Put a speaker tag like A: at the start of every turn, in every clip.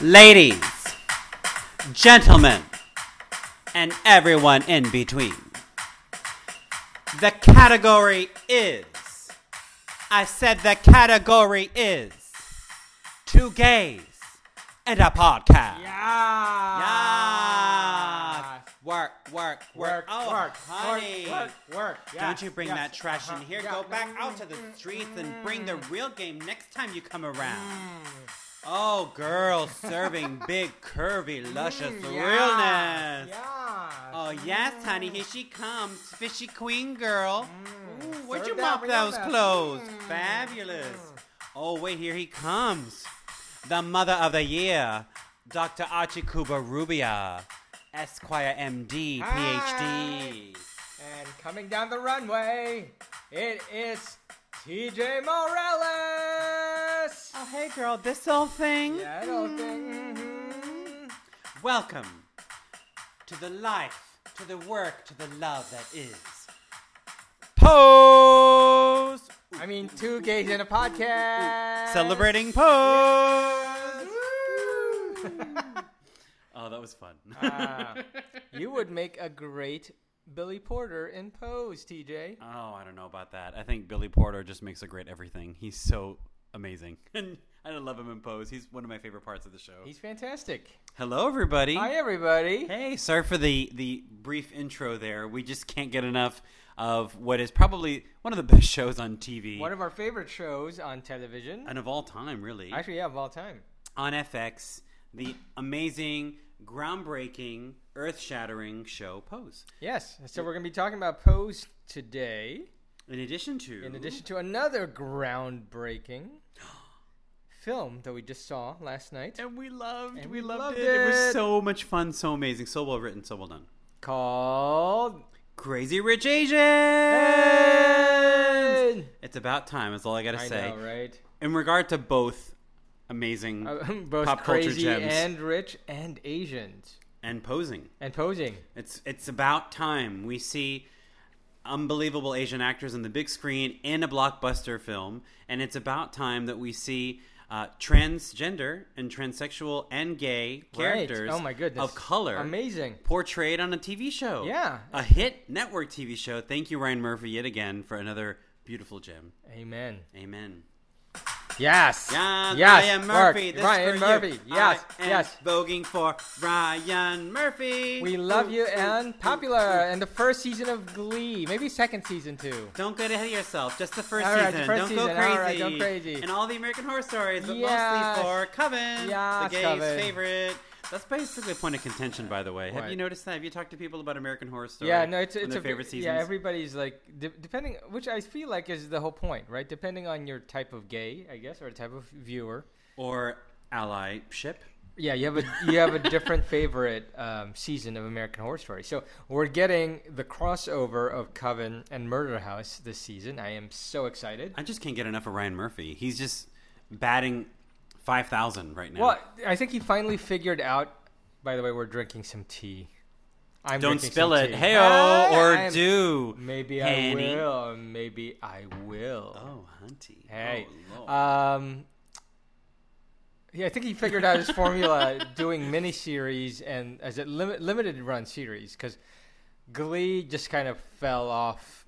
A: Ladies, gentlemen, and everyone in between. The category is. I said the category is. Two gays and a podcast.
B: Yeah.
A: Yes. Work, work, work.
B: Work,
A: oh,
B: work,
A: honey.
B: work, work, work.
A: Don't
B: Yes,
A: you bring
B: yes,
A: that trash
B: uh-huh,
A: in here.
B: yeah. Mm.
A: Go back out to the streets and bring the real game next time you come around. Oh, girl, serving big, curvy, luscious
B: Mm, Yeah.
A: realness.
B: Yeah.
A: Oh, yes, honey, here she comes. Fishy queen girl. Ooh, where'd you
B: Mm. Serve
A: mop
B: that
A: those
B: realness.
A: clothes?
B: Mm.
A: Fabulous. Oh, wait, here he comes. The mother of the year, Dr. Archie Cuba Rubia, Esquire MD, PhD.
B: And coming down the runway, it is TJ Morales.
A: Oh, hey, girl, this old thing?
B: Yeah, I don't think. mhm.
A: Welcome to the life, to the work, to the love that is. Pose!
B: I mean, two gays in a podcast.
A: Celebrating pose! Oh, that was fun.
B: Ah, you would make a great Billy Porter in Pose, TJ.
A: oh, I don't know about that. I think Billy Porter just makes a great everything. He's so amazing. And I love him in Pose. He's one of my favorite parts of the show.
B: He's fantastic.
A: Hello, everybody.
B: Hi, everybody.
A: Hey, sorry for the the brief intro there. We just can't get enough of what is probably one of the best shows on TV
B: One of our favorite shows on television.
A: and of all time, really.
B: Actually, yeah, of all time.
A: on FX, the amazing, groundbreaking, earth-shattering show Pose.
B: Yes. So we're going to be talking about Pose today,
A: In addition to
B: in addition to another groundbreaking film that we just saw last night
A: and we loved
B: And
A: we
B: we
A: loved,
B: loved
A: it. It was
B: it.
A: so much fun, so amazing, so well written, so well done.
B: called.
A: Crazy Rich Asians. It's about time. Is all I gotta
B: I
A: say.
B: know, right?
A: In regard to both amazing
B: Uh, both
A: Pop culture
B: crazy
A: gems.
B: and rich and Asians
A: and posing.
B: and posing.
A: It's it's about time we see unbelievable Asian actors on the big screen in a blockbuster film, and it's about time that we see uh, transgender and transsexual and gay
B: Right.
A: characters
B: Oh my goodness.
A: of color
B: Amazing.
A: portrayed on a TV show.
B: Yeah.
A: a hit network TV show. Thank you, Ryan Murphy, yet again for another beautiful gem.
B: Amen.
A: Amen.
B: Yes.
A: Yes,
B: Yes.
A: Ryan
B: Mark,
A: Murphy. This
B: Ryan
A: for
B: Murphy.
A: You.
B: Yes.
A: I am
B: Yes.
A: Voting for Ryan Murphy.
B: We love you
A: Ooh, ooh,
B: and
A: ooh,
B: popular
A: ooh.
B: and the first season of Glee, maybe second season too.
A: Don't get ahead of yourself. Just the first
B: All right,
A: season.
B: the first
A: don't go
B: season.
A: crazy.
B: All right, don't crazy.
A: And all the American Horror Stories, but
B: Yes.
A: mostly for Coven, the
B: Yes,
A: gays'
B: Coven.
A: favorite. That's basically a point of contention, by the way. Have
B: What?
A: you noticed that? Have you talked to people about American Horror Story?
B: Yeah, no, it's
A: and
B: it's
A: their
B: a
A: favorite seasons.
B: Yeah, everybody's like de- depending, which I feel like is the whole point, right? Depending on your type of gay, I guess, or the type of viewer.
A: or allyship.
B: Yeah, you have a you have a different favorite um, season of American Horror Story. So we're getting the crossover of Coven and Murder House this season. I am so excited.
A: I just can't get enough of Ryan Murphy. He's just batting five thousand right now.
B: Well, I think he finally figured out. By the way, we're drinking some tea. I'm
A: Don't
B: drinking
A: spill
B: some
A: it.
B: tea.
A: Hey
B: Ah,
A: or
B: I'm-
A: do.
B: Maybe
A: Henny.
B: I will. Maybe I will.
A: Oh, hunty.
B: Hey.
A: Oh, Lord.
B: Um, yeah, I think he figured out his formula doing miniseries and as a lim- limited run series because Glee just kind of fell off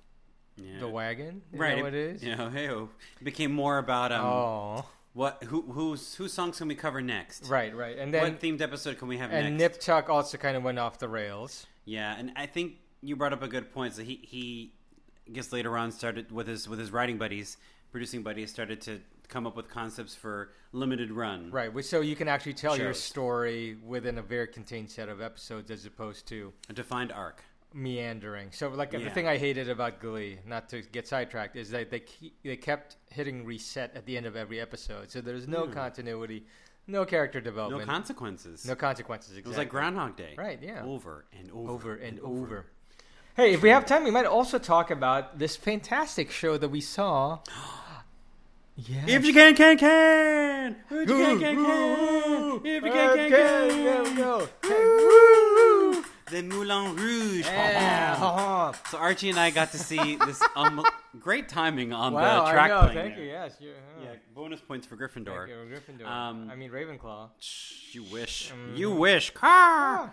A: Yeah.
B: the wagon. Is
A: Right.
B: that what it is?
A: You know, hey, oh. it became more about um,
B: oh,
A: What? Who? Who's? Whose songs can we cover next?
B: right, right. And then
A: what themed episode can we have next?
B: and Nip Tuck also kind of went off the rails.
A: yeah, and I think you brought up a good point. So he he, I guess later on started with his with his writing buddies, producing buddies, started to come up with concepts for limited run.
B: Right. which- So you can actually tell your
A: Shows.
B: story within a very contained set of episodes as opposed to
A: A defined arc.
B: meandering. So like
A: Yeah.
B: the thing I hated about Glee, not to get sidetracked, is that they keep, they kept hitting reset at the end of every episode. So there's no continuity, no character
A: Hmm. No
B: development, Oh, no,
A: consequences.
B: consequences.
A: It
B: Exactly.
A: was like Groundhog Day.
B: Right, yeah.
A: Over and over,
B: over and over. Hey, if we have time, we might also talk about this fantastic show that we saw. yeah.
A: If you can, can, can. If you can, can,
B: Ooh,
A: can.
B: ooh, ooh.
A: If you can,
B: Okay,
A: can, can.
B: there we go.
A: Woo! the Moulin Rouge.
B: Yeah. Oh.
A: So Archie and I got to see this um, great timing on
B: Wow,
A: the
B: I
A: track
B: know.
A: playing
B: Thank
A: there.
B: you. Yes. you- oh.
A: Yeah, bonus points for
B: Thank
A: Gryffindor.
B: you, Gryffindor.
A: Um,
B: I mean Ravenclaw.
A: Shh, You wish.
B: Mm-hmm.
A: You wish. Car.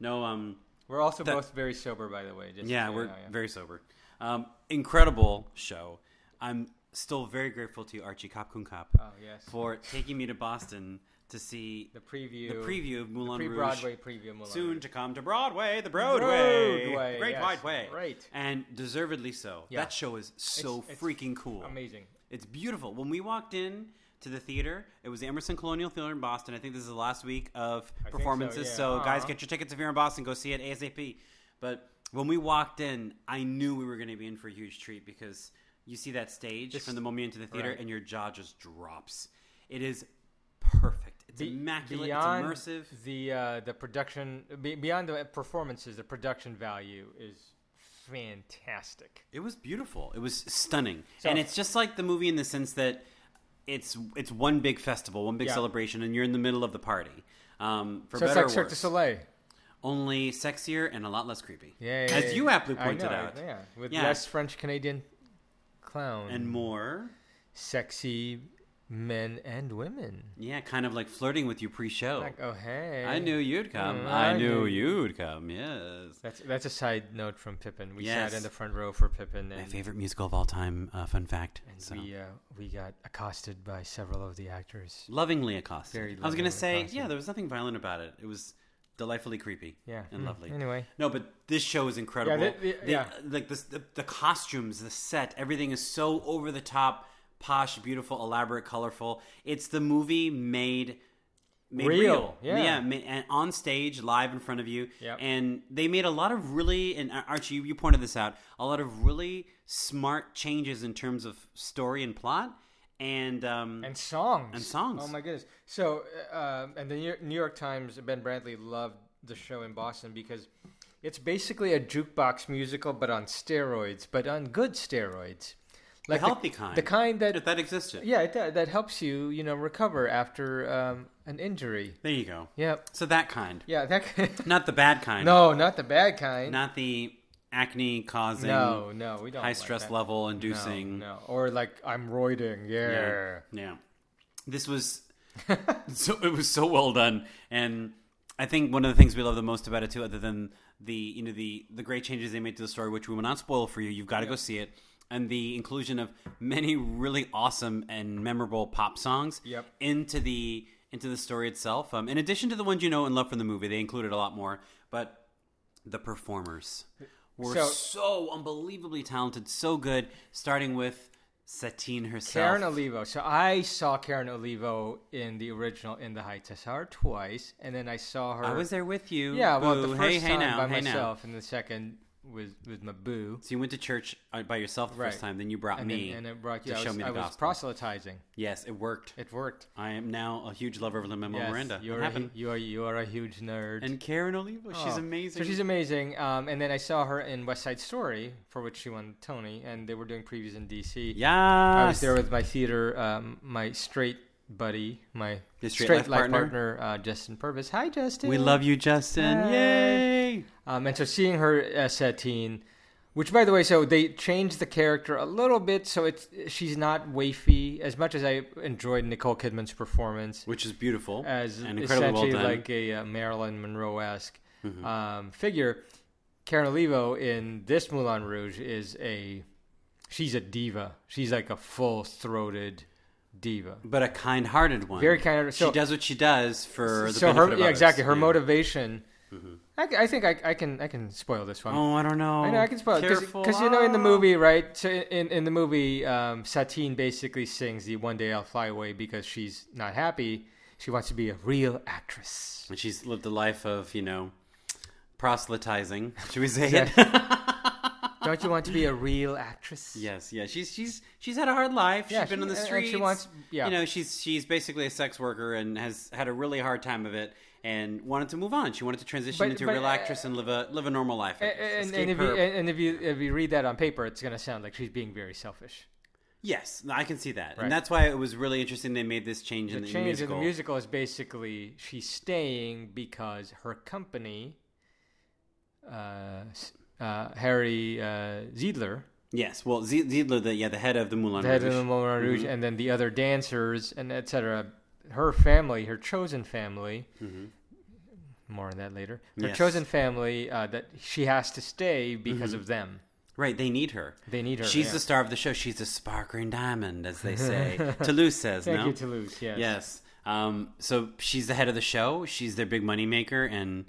A: No, um,
B: We're also both very sober, by the way. Just
A: yeah,
B: so you
A: we're
B: know, yeah.
A: very sober. Um, incredible show. I'm still very grateful to you, Archie Kopkun Kop,
B: Oh yes.
A: for taking me to Boston to see
B: the preview.
A: the preview of Moulin Rouge.
B: Pre-Broadway preview. Moulin
A: Soon
B: Rouge.
A: to come to Broadway, the Broadway,
B: Broadway,
A: the Great
B: yes,
A: Wide Way,
B: right.
A: and deservedly so.
B: Yeah.
A: That show is so
B: It's- it's
A: freaking cool.
B: Amazing.
A: It's beautiful. When we walked in to the theater, it was the Emerson Colonial Theater in Boston. I think this is the last week of
B: so,
A: performances.
B: yeah.
A: So,
B: Uh-huh.
A: guys, get your tickets if you're in Boston. Go see it ASAP. But when we walked in, I knew we were going to be in for a huge treat because you see that stage
B: It's-
A: from the moment you enter the theater,
B: right.
A: and your jaw just drops. It is perfect. It's
B: Be-
A: immaculate.
B: beyond
A: it's immersive.
B: The uh, the production be, beyond the performances, the production value is fantastic.
A: It was beautiful. It was stunning,
B: So-
A: and it's just like the movie in the sense that it's it's one big festival, one big
B: Yeah.
A: celebration, and you're in the middle of the party. Um, for
B: So it's
A: better
B: like
A: or
B: Cirque du
A: worse,
B: Soleil.
A: only sexier and a lot less creepy.
B: Yeah, yeah,
A: as
B: yeah.
A: you aptly
B: I
A: pointed
B: know,
A: out,
B: Yeah, with
A: Yeah.
B: less French Canadian clown
A: and more.
B: sexy men and women.
A: Yeah, kind of like flirting with you pre-show.
B: Like, oh hey,
A: I knew you'd come.
B: Mm,
A: I,
B: I
A: knew
B: knew-
A: you'd come. Yes.
B: That's that's a side note from Pippin. We
A: Yes.
B: sat in the front row for Pippin,
A: My
B: and,
A: favorite musical of all time. Uh, fun fact.
B: and
A: So.
B: we uh, we got accosted by several of the actors.
A: Lovingly accosted.
B: Very
A: I was going
B: lovingly
A: to say,
B: accosted.
A: yeah, there was nothing violent about it. It was delightfully creepy.
B: Yeah,
A: And
B: Mm.
A: lovely.
B: Anyway,
A: No, but this show is incredible.
B: Yeah, the- the-
A: The-
B: yeah.
A: Like this, the, the costumes, the set, everything is so over the top, posh, beautiful, elaborate, colorful. It's the movie made. Made
B: Real,
A: real.
B: yeah.
A: ma- and on stage, live in front of you,
B: Yep.
A: and they made a lot of really and Ar- Archie, you, you pointed this out, a lot of really smart changes in terms of story and plot, and um,
B: and songs
A: And songs.
B: Oh my goodness! So, uh, and the New York, New York Times Ben Bradley loved the show in Boston because it's basically a jukebox musical, but on steroids, but on good steroids, like
A: healthy kind.
B: the kind that
A: if that existed.
B: yeah it, that helps you you know recover after um, an injury.
A: There you go.
B: Yep.
A: So that kind,
B: Yeah, that kind.
A: not the bad kind.
B: no, not the bad kind.
A: Not the acne causing
B: no, no, we don't.
A: high
B: like
A: stress
B: that.
A: level
B: No,
A: inducing.
B: No, or like I'm roiding. Yeah.
A: Yeah. Yeah. This was so it was so well done and I think one of the things we love the most about it too other than the you know the the great changes they made to the story which we will not spoil for you. You've got to go see it. And the inclusion of many really awesome and memorable pop songs
B: Yep.
A: into the into the story itself. Um, in addition to the ones you know and love from the movie, they included a lot more, but the performers were so,
B: So-
A: unbelievably talented, so good. Starting with Satine herself,
B: Karen Olivo. So I saw Karen Olivo in the original In the Heights. I saw her twice, and then I saw her.
A: I was there with you.
B: yeah, well, the
A: Boo. hey,
B: first time
A: hey now,
B: by
A: hey
B: myself, and the second was with my boo.
A: now. So you went to church uh, by yourself the first
B: Right.
A: time, then you brought
B: And
A: me.
B: then, and it brought you.
A: to
B: I was,
A: show me the
B: I was
A: gospel.
B: proselytizing.
A: yes, it worked.
B: It worked.
A: I am now a huge lover of Lin Manuel
B: Yes,
A: Miranda. It
B: you are. a hu-
A: happened.
B: You are. You are a huge nerd.
A: And Karen Olivo, she's
B: Oh.
A: amazing.
B: So she's amazing. Um, and then I saw her in West Side Story, for which she won Tony, and they were doing previews in DC.
A: yes.
B: I was there with my theater, um, my straight buddy, my
A: Your straight
B: straight,
A: life
B: life
A: partner?
B: partner, uh, Justin Purvis. Hi, Justin.
A: we love you, Justin.
B: Yay.
A: Yay!
B: Um, and so seeing her as Satine, which by the way, so they changed the character a little bit, so it's she's not wafy as much as I enjoyed Nicole Kidman's performance
A: Which is beautiful
B: as
A: and incredibly well
B: essentially
A: done. Mm-hmm.
B: like a uh, Marilyn Monroe esque um, figure. Karen Olivo in this Moulin Rouge is a she's a diva. She's like a full throated diva.
A: but a kind-hearted one.
B: Very kind.
A: she does what she does for the
B: so
A: benefit
B: her
A: of
B: yeah,
A: others.
B: exactly her
A: Yeah. Mm-hmm.
B: motivation. I, c- I think I, I can I can spoil this one.
A: Oh, I don't know.
B: I know I can spoil
A: Careful.
B: because you know in the
A: Ah.
B: movie right. So in in the movie, um, Satine basically sings the "One Day I'll Fly Away" because she's not happy. She wants to be a real actress.
A: And she's lived a life of, you know, proselytizing. Should we say
B: Yeah.
A: it?
B: Don't you want to be a real actress?
A: yes, yeah. She's she's she's had a hard life.
B: Yeah,
A: she's been
B: she-
A: on the
B: and- and she
A: streets.
B: wants- yeah.
A: You know, she's she's basically a sex worker and has had a really hard time of it and wanted to move on. She wanted to transition
B: But-
A: into a
B: but,
A: real
B: uh,
A: actress and live a live a normal life. I guess.
B: And, and
A: Escape
B: if you
A: her-
B: and if you if you read that on paper, it's gonna sound like she's being very selfish.
A: Yes, I can see that,
B: Right.
A: and that's why it was really interesting. They made this change
B: The
A: in the
B: change in
A: musical.
B: the musical is basically she's staying because her company, uh, s- uh, Harry uh, Ziedler,
A: Yes, well, Z- Ziedler, the yeah, the head of the Moulin
B: the head
A: Rouge. Mm-hmm.
B: of the Moulin Rouge, and then the other dancers and etc. Her family, her chosen family. More on that later. Her
A: Mm-hmm. Yes.
B: chosen family uh, that she has to stay because
A: Mm-hmm.
B: of them.
A: Right, they need her.
B: They need her.
A: She's
B: yeah.
A: the star of the show. She's the sparkling diamond, as they say. Toulouse says,
B: Thank
A: no?
B: you, Toulouse. Yes.
A: Yes. Um, so she's the head of the show. She's their big moneymaker. And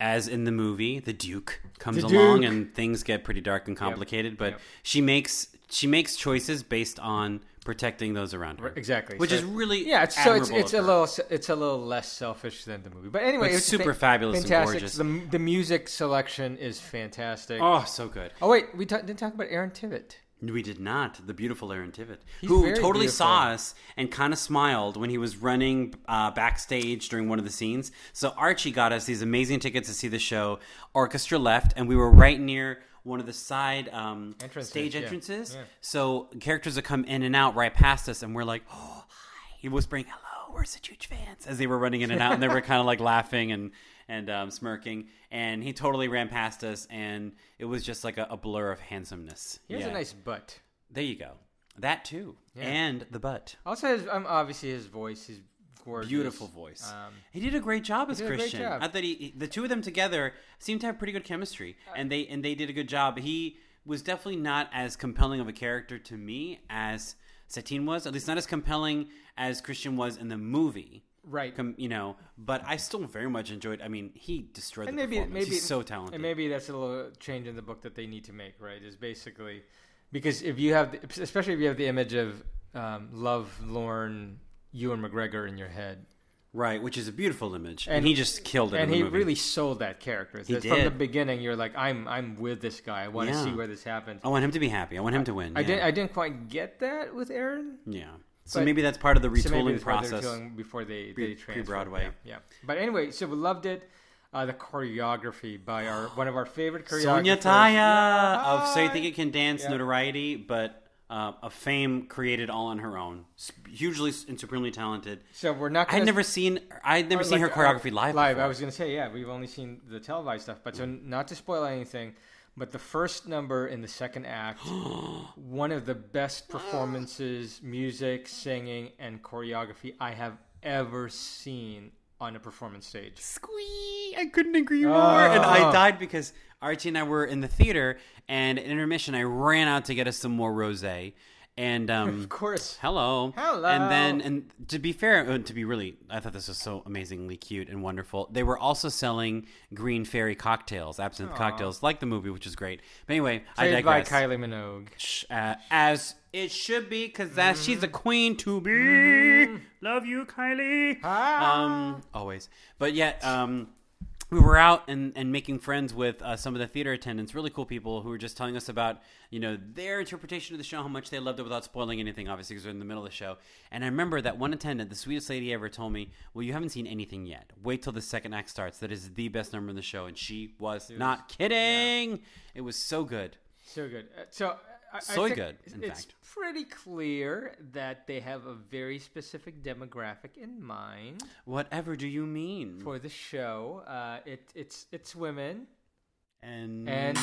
A: as in the movie, the Duke comes
B: The
A: along
B: Duke.
A: and things get pretty dark and complicated. But
B: Yep.
A: she makes she makes choices based on protecting those around her.
B: Exactly.
A: Which
B: So-
A: is really
B: yeah. It's, so it's
A: admirable
B: it's
A: of
B: a
A: her.
B: little s- it's a little less selfish than the movie, but anyway,
A: But
B: it's
A: super
B: fa-
A: fabulous and
B: fantastic.
A: gorgeous.
B: The the music selection is fantastic. Oh,
A: Oh, so good.
B: wait, we ta- didn't talk about Aaron Tippett.
A: We did not. The beautiful Aaron Tippett,
B: He's
A: who
B: very
A: totally
B: beautiful.
A: saw us and kind of smiled when he was running uh, backstage during one of the scenes. So Archie got us these amazing tickets to see the show. Orchestra left, and we were right near one of the side um,
B: Entrances,
A: stage
B: yeah.
A: entrances.
B: Yeah.
A: So characters would come in and out right past us, and we're like, "Oh, hi!" He whispering, "Hello, we're such huge fans." As they were running in and out, and they were kind of like laughing and and um, smirking. And he totally ran past us, and it was just like a, a blur of handsomeness.
B: He has
A: Yeah.
B: a nice butt.
A: There you go. That too. And the butt.
B: Also, his, um, obviously his voice is gorgeous.
A: Beautiful voice.
B: Um,
A: he did a great job as
B: did a great
A: Christian.
B: job.
A: I thought he, he- the two of them together seemed to have pretty good chemistry,
B: Uh,
A: and they and they did a good job. He was definitely not as compelling of a character to me as Satine was, at least not as compelling as Christian was in the movie.
B: Right.
A: Com- you know, but I still very much enjoyed. I mean, he destroyed
B: and
A: the
B: maybe
A: performance.
B: maybe
A: He's so talented.
B: And maybe that's a little change in the book that they need to make. Right? Is basically because if you have, the, especially if you have the image of um, Love, Lorne, Ewan McGregor in your head,
A: right, which is a beautiful image, and,
B: And-
A: he just killed it.
B: and
A: in the
B: he
A: movie.
B: really sold that character.
A: He
B: From the
A: did.
B: beginning, you're like, I'm I'm with this guy. I want
A: Yeah.
B: to see where this happens.
A: I want him to be happy. I want him to win.
B: I
A: yeah.
B: didn't I didn't quite get that with Aaron.
A: Yeah. So
B: But-
A: maybe that's part of the retooling
B: So maybe that's why they're
A: process.
B: doing before they
A: Pre-
B: they transfer.
A: pre-Broadway.
B: Yeah, yeah. But anyway, so we loved it. Uh, the choreography by our one of our favorite choreographers,
A: Sonia Taya of So You Think It Can Dance
B: Yeah.
A: notoriety, but uh, a fame created all on her own. S- Hugely s- and supremely talented.
B: So we're not.
A: I
B: Gonna
A: had never seen I had never
B: or
A: seen her
B: like, uh,
A: choreography live.
B: Live.
A: before.
B: I was gonna say yeah. We've only seen the televised stuff, but so not to spoil anything. But the first number in the second act, one of the best performances, music, singing, and choreography I have ever seen on a performance stage.
A: Squee! I couldn't agree more. And I
B: Oh.
A: died because Archie and I were in the theater, and in intermission, I ran out to get us some more rosé. And um,
B: Of course,
A: Hello.
B: Hello.
A: And then, and to be fair, uh, to be really, I thought this was so amazingly cute and wonderful. They were also selling green fairy cocktails, absinthe cocktails, like the movie, which is great. But anyway, I
B: played by
A: digress.
B: Kylie Minogue.
A: Sh- Uh, as it should be, because that she's a queen to be. Love you, Kylie. Um, always. But yet, um, we were out and, and making friends with uh, some of the theater attendants, really cool people who were just telling us about, you know, their interpretation of the show, how much they loved it without spoiling anything, obviously, because we're in the middle of the show. And I remember that one attendant, the sweetest lady ever, told me, well, you haven't seen anything yet. Wait till the second act starts. That is the best number in the show. And she was not kidding. It was so good.
B: So good. Uh, So I,
A: So
B: I think
A: good, in
B: it's
A: fact.
B: pretty clear that they have a very specific demographic in mind
A: Whatever do you mean?
B: for the show. Uh, it, it's it's women
A: and
B: and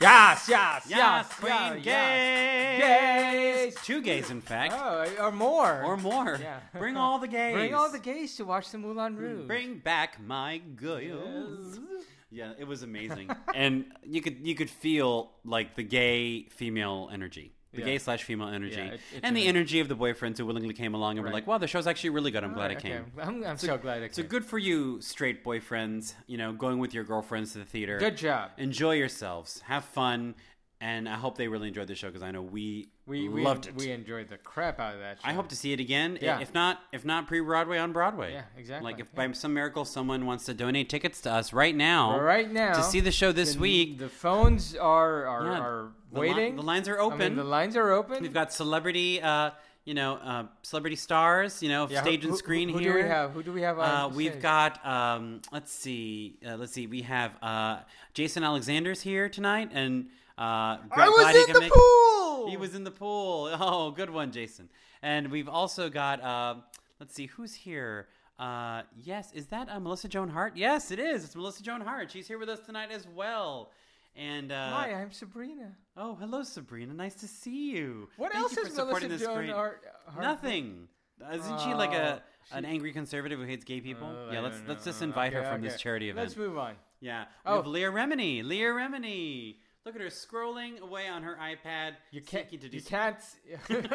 B: yes, yes, yes,
A: yes, queen
B: yes,
A: gays,
B: yes. Gays.
A: two gays in fact,
B: Oh, or more.
A: or more.
B: Yeah.
A: Bring all the gays.
B: Bring all the gays to watch the Moulin Rouge.
A: Bring back my girls. Yeah, it was amazing, and you could you could feel like the gay female energy. The
B: Yeah.
A: gay slash female energy,
B: Yeah, it- it
A: and the
B: did.
A: energy of the boyfriends who willingly came along and were like,
B: Right.
A: "Wow, the show's actually really good. I'm glad I
B: Okay,
A: came."
B: I'm, I'm so, glad I
A: So
B: came.
A: good for you, straight boyfriends. You know, going with your girlfriends to the theater.
B: Good job.
A: enjoy yourselves, have fun, and I hope they really enjoyed the show because I know we
B: We, we
A: loved it.
B: We enjoyed the crap out of that. Show.
A: I hope to see it again. i-
B: Yeah.
A: If not, if not pre Broadway on Broadway.
B: Yeah, exactly,
A: Like if by some miracle someone wants to donate tickets to us right now,
B: right now
A: to see the show this
B: the-
A: week,
B: The phones are are,
A: Yeah,
B: are
A: the li-
B: waiting.
A: the lines are
B: I mean,
A: open.
B: the lines are open.
A: we've got celebrity, uh, you know, uh, celebrity stars, you know,
B: Yeah,
A: stage
B: who-
A: and
B: who-
A: screen
B: who
A: here.
B: do we have? Who do we have?
A: Uh,
B: on
A: we've
B: stage?
A: got um, let's see, uh, let's see. We have uh, Jason Alexander's here tonight, and Uh,
B: I was
A: glad he
B: in
A: can
B: the
A: make-
B: pool.
A: He was in the pool. Oh, good one, Jason. And we've also got, uh, let's see, who's here? Uh, yes, is that uh, Melissa Joan Hart? Yes, it is. It's Melissa Joan Hart. She's here with us tonight as well. And uh,
B: Hi, I'm Sabrina.
A: oh, hello, Sabrina. Nice to see you.
B: What
A: Thank
B: else
A: you for
B: is
A: supporting
B: Melissa
A: this
B: Joan
A: screen.
B: Hart? Hart-
A: Nothing. Isn't she like a
B: Oh,
A: an
B: she-
A: angry conservative who hates gay people?
B: Oh,
A: yeah,
B: I
A: let's
B: don't
A: let's
B: know.
A: just invite her
B: Okay,
A: from this
B: okay.
A: charity event.
B: Let's move on.
A: Yeah. We
B: Oh.
A: have Leah Remini. Leah Remini. Look at her scrolling away on her iPad.
B: You can't.
A: seeking to do
B: You can't.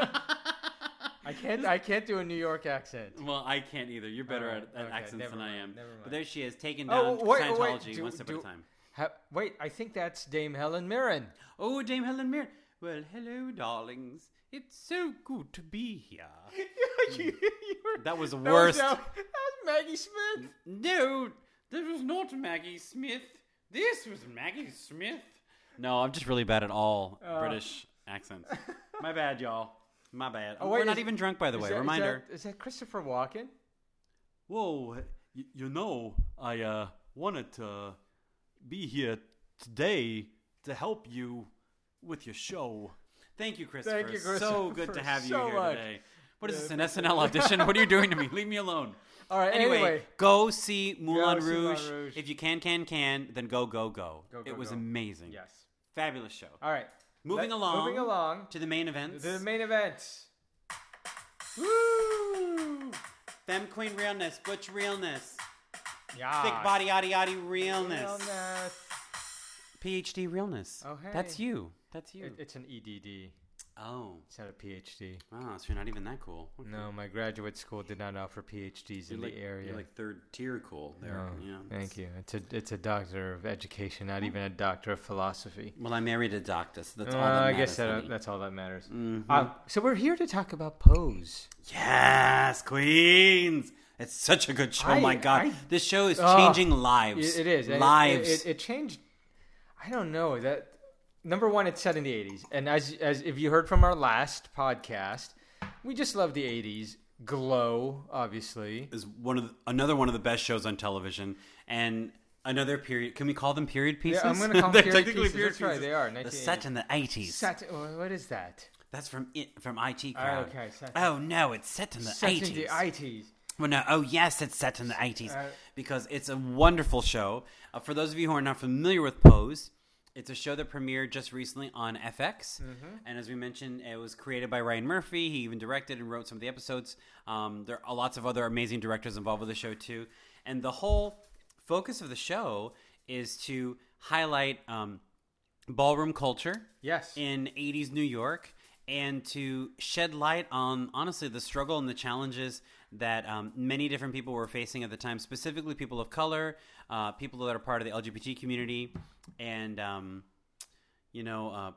B: I can't. I can't do a New York accent.
A: Well, I can't either. You're better
B: Alright,
A: at, at
B: Oh, okay,
A: accents
B: never
A: than I
B: mind,
A: am.
B: never
A: But
B: mind.
A: there she is, taking down
B: Oh, wait, wait,
A: Scientology
B: do-
A: one step at
B: do-
A: a time.
B: Ha- wait, I think that's Dame Helen Mirren.
A: Oh, Dame Helen Mirren. Well, hello, darlings. It's so good to be here.
B: You- you were-
A: That was the
B: that
A: worst.
B: That was, Maggie Smith.
A: No, this was not Maggie Smith. This was Maggie Smith. Uh. No, I'm just really bad at all British accents. My bad, y'all. My bad.
B: Oh, wait,
A: We're not
B: is-
A: even drunk, by the
B: Is
A: way.
B: that- is
A: Reminder.
B: that- Is that Christopher Walken?
A: Whoa, y- you know, I uh, wanted to be here today to help you with your show. Thank you, Christopher.
B: you,
A: So
B: Christopher,
A: good to have you
B: so
A: here
B: much.
A: today. What is this, an SNL audition? what are you doing to me? Leave me alone.
B: All right. Anyway,
A: Anyway, go see Moulin
B: Go see
A: Rouge.
B: Moulin Rouge.
A: If you can, can, can, then go, go, go.
B: Go, go,
A: it was
B: go.
A: amazing.
B: yes.
A: Fabulous show.
B: All right.
A: Moving
B: Let-
A: along.
B: Moving along
A: To the main events.
B: to the main event.
A: Woo! Femme Queen Realness, Butch Realness.
B: Yeah.
A: Thick body, yaddy, yaddy, realness.
B: Ah. Realness.
A: PhD realness.
B: Oh, hey.
A: That's you. That's you.
B: It, it's an EDD.
A: oh.
B: It's not a PhD.
A: Wow, so you're not even that cool. Okay.
B: No, my graduate school did not offer PhDs
A: You're
B: in
A: like,
B: the area.
A: You're like third tier cool there.
B: No,
A: yeah.
B: Oh, Thank you. It's a it's a doctor of education, not even a doctor of philosophy.
A: Well, I married a doctor, so that's all that
B: Uh, I
A: matters. Mm-hmm.
B: guess that,
A: honey.
B: that's all that matters. Um, so we're here to talk about Pose.
A: Yes, Queens! It's such a good show. Oh
B: I-
A: my God.
B: I-
A: this show is
B: Oh,
A: changing lives.
B: It, it is And it-
A: Lives.
B: It, it, it changed. I don't know that. Number one, it's set in the '80s, and as as if you heard from our last podcast, we just love the '80s. Glow, obviously.
A: is one of the, another one of the best shows on television, and another period. Can we call them period pieces?
B: I'm gonna call them
A: They're
B: period
A: technically
B: pieces. That's right, they are,
A: They're set in the eighties.
B: Sat- what is that?
A: That's from it from IT crowd.
B: Ah, okay, set-
A: oh no, it's set in the
B: Set in
A: eighties.
B: the '80s.
A: well, no, oh yes, it's set in the eighties
B: Uh,
A: because it's a wonderful show. Uh, for those of you who are not familiar with Pose, it's a show that premiered just recently on FX, and as we mentioned, it was created by Ryan Murphy. He even directed and wrote some of the episodes. Um, there are lots of other amazing directors involved with the show too, and the whole focus of the show is to highlight um, ballroom culture
B: Yes.
A: in 80s New York and to shed light on honestly the struggle and the challenges that um, many different people were facing at the time, specifically people of color, uh, people that are part of the LGBT community, and um, you know, uh,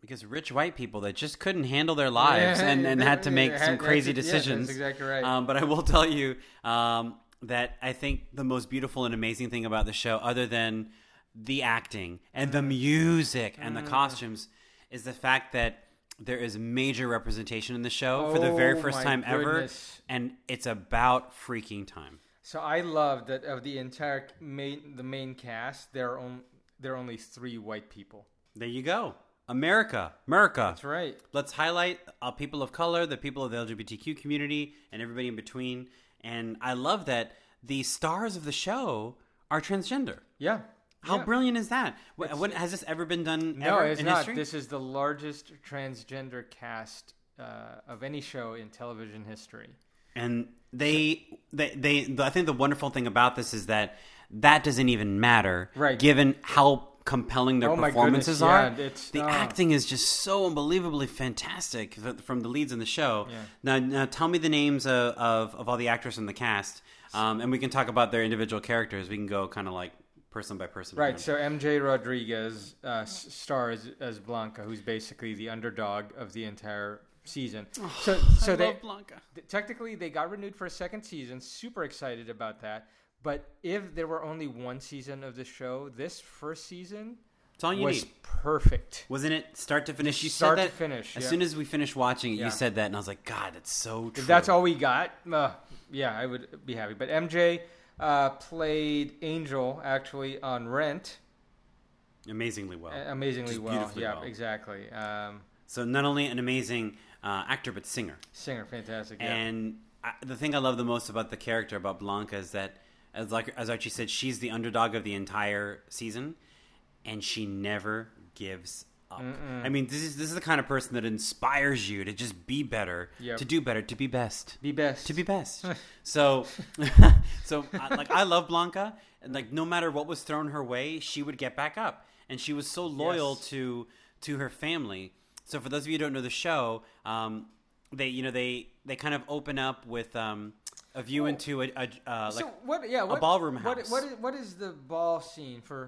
A: because rich white people that just couldn't handle their lives
B: Yeah,
A: and, and had to make
B: yeah,
A: some
B: that's-
A: crazy
B: yeah, that's
A: decisions.
B: exactly right.
A: Um, but I will tell you um, that I think the most beautiful and amazing thing about the show, other than the acting and the music and the
B: Mm.
A: costumes, is the fact that there is major representation in the show for the very
B: Oh,
A: first
B: my
A: time
B: goodness.
A: ever, and it's about freaking time.
B: So I love that of the entire main the main cast, there are on, there are only three white people.
A: There you go, America, America.
B: That's right.
A: Let's highlight uh, people of color, the people of the LGBTQ community, and everybody in between. And I love that the stars of the show are transgender.
B: Yeah.
A: How
B: Yeah.
A: brilliant is that? Wh- When, has this ever been done?
B: No,
A: ever
B: it's
A: in
B: not.
A: History?
B: This is the largest transgender cast uh, of any show in television history.
A: and they, they, they, the- I think the wonderful thing about this is that that doesn't even matter,
B: Right.
A: Given how compelling their
B: Oh my
A: performances
B: goodness,
A: are,
B: yeah, it's-
A: the
B: oh.
A: acting is just so unbelievably fantastic th- from the leads in the show.
B: Yeah.
A: Now, now, tell me the names of of, of all the actors in the cast, um, and we can talk about their individual characters. We can go kind of like person by person,
B: Right. So MJ Rodriguez uh, s- stars as Blanca, who's basically the underdog of the entire season. So, so
A: Oh, I
B: they
A: love Blanca.
B: Th- Technically, they got renewed for a second season. Super excited about that. But if there were only one season of the show, this first season
A: It's all you
B: was
A: need.
B: perfect.
A: Wasn't it start to finish? You
B: Start to
A: said that
B: finish,
A: As
B: yeah.
A: soon as we finished watching it,
B: Yeah.
A: you said that, and I was like, God, it's so true.
B: If that's all we got, uh, yeah, I would be happy. But MJ uh, played Angel actually on Rent.
A: amazingly well.
B: A- Amazingly
A: Just
B: well.
A: beautifully
B: Yeah,
A: well.
B: exactly. Um,
A: So not only an amazing uh, actor but singer.
B: singer, fantastic. Yeah.
A: And I, the thing I love the most about the character about Blanca is that, as like as Archie said, she's the underdog of the entire season, and she never gives up. I mean, this is this is the kind of person that inspires you to just be better,
B: Yep.
A: to do better, to be best
B: be best.
A: to be best. so, so I- like I love Blanca, and like no matter what was thrown her way, she would get back up, and she was so loyal
B: Yes.
A: to to her family. So for those of you who don't know the show, um, they you know they they kind of open up with um, a view into a, a uh, like.
B: so what? Yeah, what,
A: ballroom
B: What,
A: house.
B: what, is, what is the ball scene for?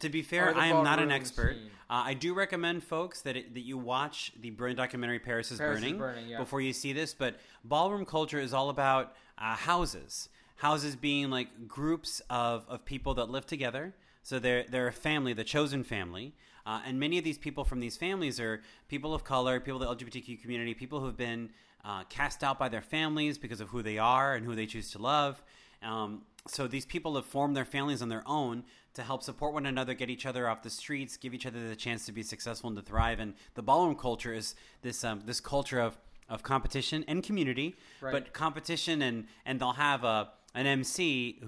A: To be fair,
B: the
A: I am not an
B: ballroom
A: expert.
B: scene.
A: Uh, I do recommend, folks, that it, that you watch the brilliant documentary "Paris is
B: Paris is
A: Burning,"
B: Burning, yeah.
A: before you see this. But ballroom culture is all about uh, houses, houses being like groups of, of people that live together. So they're they're a family, the chosen family, uh, and many of these people from these families are people of color, people of the LGBTQ community, people who have been uh, cast out by their families because of who they are and who they choose to love. Um, so these people have formed their families on their own to help support one another, get each other off the streets, give each other the chance to be successful and to thrive. And the ballroom culture is this um, this culture of of competition and community,
B: Right.
A: but competition and and they'll have a an MC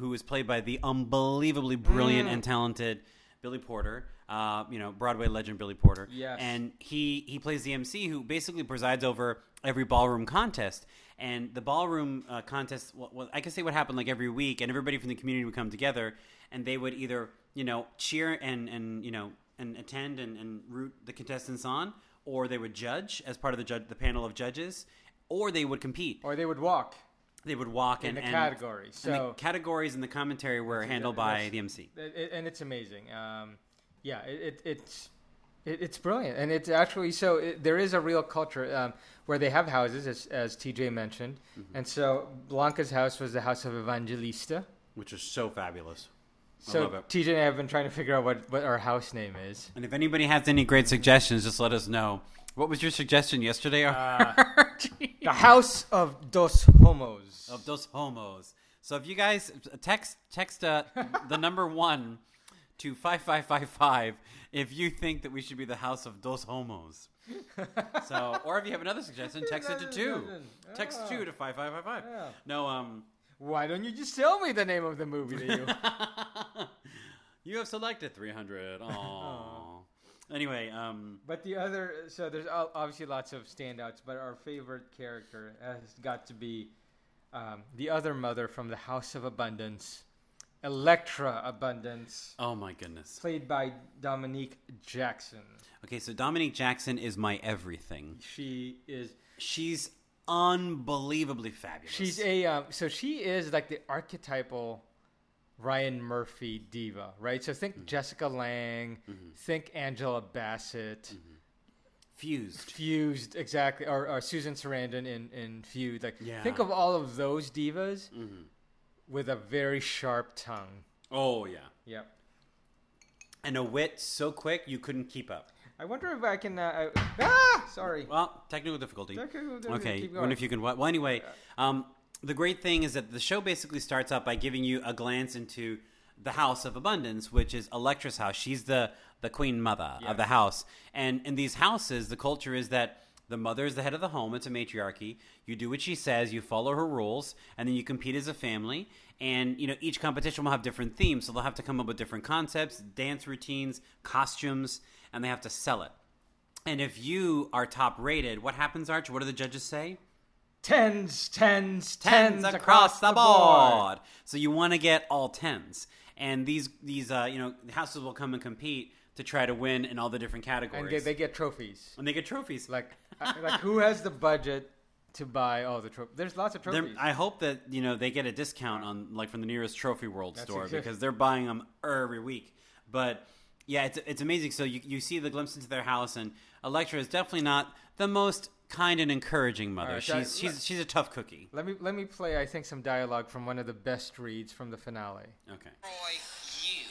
A: who is played by the unbelievably
B: Mm.
A: brilliant and talented Billy Porter, uh, you know Broadway legend Billy Porter.
B: Yes.
A: and and he he plays the MC who basically presides over every ballroom contest. And the ballroom uh, contest, well, well, I can say what happened like every week, and everybody from the community would come together, and they would either you know cheer and and you know and attend and, and root the contestants on, or they would judge as part of the judge the panel of judges, or they would compete.
B: Or they would walk
A: They would walk
B: in
A: and
B: the
A: and-
B: category. So
A: and the categories and the commentary were handled by
B: that's-
A: the MC.
B: It- it- and it's amazing. Um, yeah, it, it, it's it, it's brilliant, and it's actually so it, there is a real culture um, where they have houses, as, as TJ mentioned,
A: Mm-hmm.
B: and so Blanca's house was the house of Evangelista.
A: Which is so fabulous. love
B: So
A: it.
B: TJ and I have been trying to figure out what, what our house name is.
A: And if anybody has any great suggestions, just let us know. What was your suggestion yesterday?
B: The house of dos homos.
A: of those homos. So if you guys text text uh, the number one to five five five five, if you think that we should be the house of those homos. So, or if you have another suggestion, text it to two. Text two to five five five five. No, um,
B: Ah, Why don't you just tell me the name of the movie that you?
A: you have selected three hundred. Aww. anyway, um,
B: But the other, so there's o- obviously lots of standouts, but our favorite character has got to be um, the other mother from the House of Abundance, Electra Abundance,
A: oh my goodness.
B: played by Dominique Jackson.
A: Okay, so Dominique Jackson is my everything.
B: She is
A: She's unbelievably fabulous.
B: she's a um, so she is like the archetypal Ryan Murphy diva, right? So think Jessica Lang, think Angela Bassett.
A: fused.
B: Fused, exactly, or, or Susan Sarandon in in Fused. Like,
A: Yeah. Mm-hmm.
B: think of all of those divas with a very sharp tongue.
A: Oh yeah.
B: Yep.
A: and a wit so quick you couldn't keep up.
B: I wonder if I can. Uh, I, ah, sorry.
A: Well, technical difficulty.
B: Technical difficulty,
A: Okay,
B: keep
A: wonder if
B: going.
A: you can. Well, anyway, um, the great thing is that the show basically starts out by giving you a glance into the House of Abundance, which is Electra's house. She's the the queen mother of the house, and in these houses, the culture is that. The mother is the head of the home. It's a matriarchy. You do what she says. You follow her rules, and then you compete as a family. And you know each competition will have different themes, so they'll have to come up with different concepts, dance routines, costumes, and they have to sell it. And if you are top rated, what happens, Arch? What do the judges say?
B: Tens, tens, tens,
A: Tens across the board.
B: board.
A: So you want to get all tens. And these these uh, you know houses will come and compete to try to win in all the different categories.
B: And they, they get trophies.
A: And they get trophies.
B: Like, I- like who has the budget to buy all the trophies? There's lots of
A: They're-
B: trophies.
A: I hope that you know they get a discount on like from the nearest Trophy World store
B: exact-
A: because they're buying them every week. But yeah, it's it's amazing. So you you see the glimpse into their house, and Electra is definitely not the most kind and encouraging mother.
B: right,
A: she's
B: guys,
A: she's she's a tough cookie.
B: let me let me play. I think some dialogue from one of the best reads from the finale.
A: Okay.
C: Roy, you.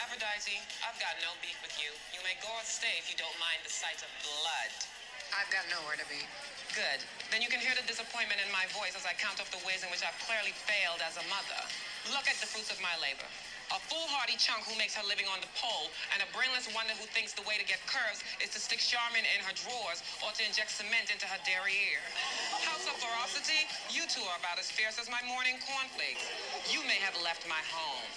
D: Aphrodite, I've got no beef with you. You may go or stay if you don't mind the sight of blood.
C: I've got nowhere to be.
D: Good. Then you can hear the disappointment in my voice as I count off the ways in which I've clearly failed as a mother. Look at the fruits of my labor. A foolhardy chunk who makes her living on the pole, and a brainless wonder who thinks the way to get curves is to stick Charmin in her drawers or to inject cement into her derriere. House of ferocity, you two are about as fierce as my morning cornflakes. You may have left my home,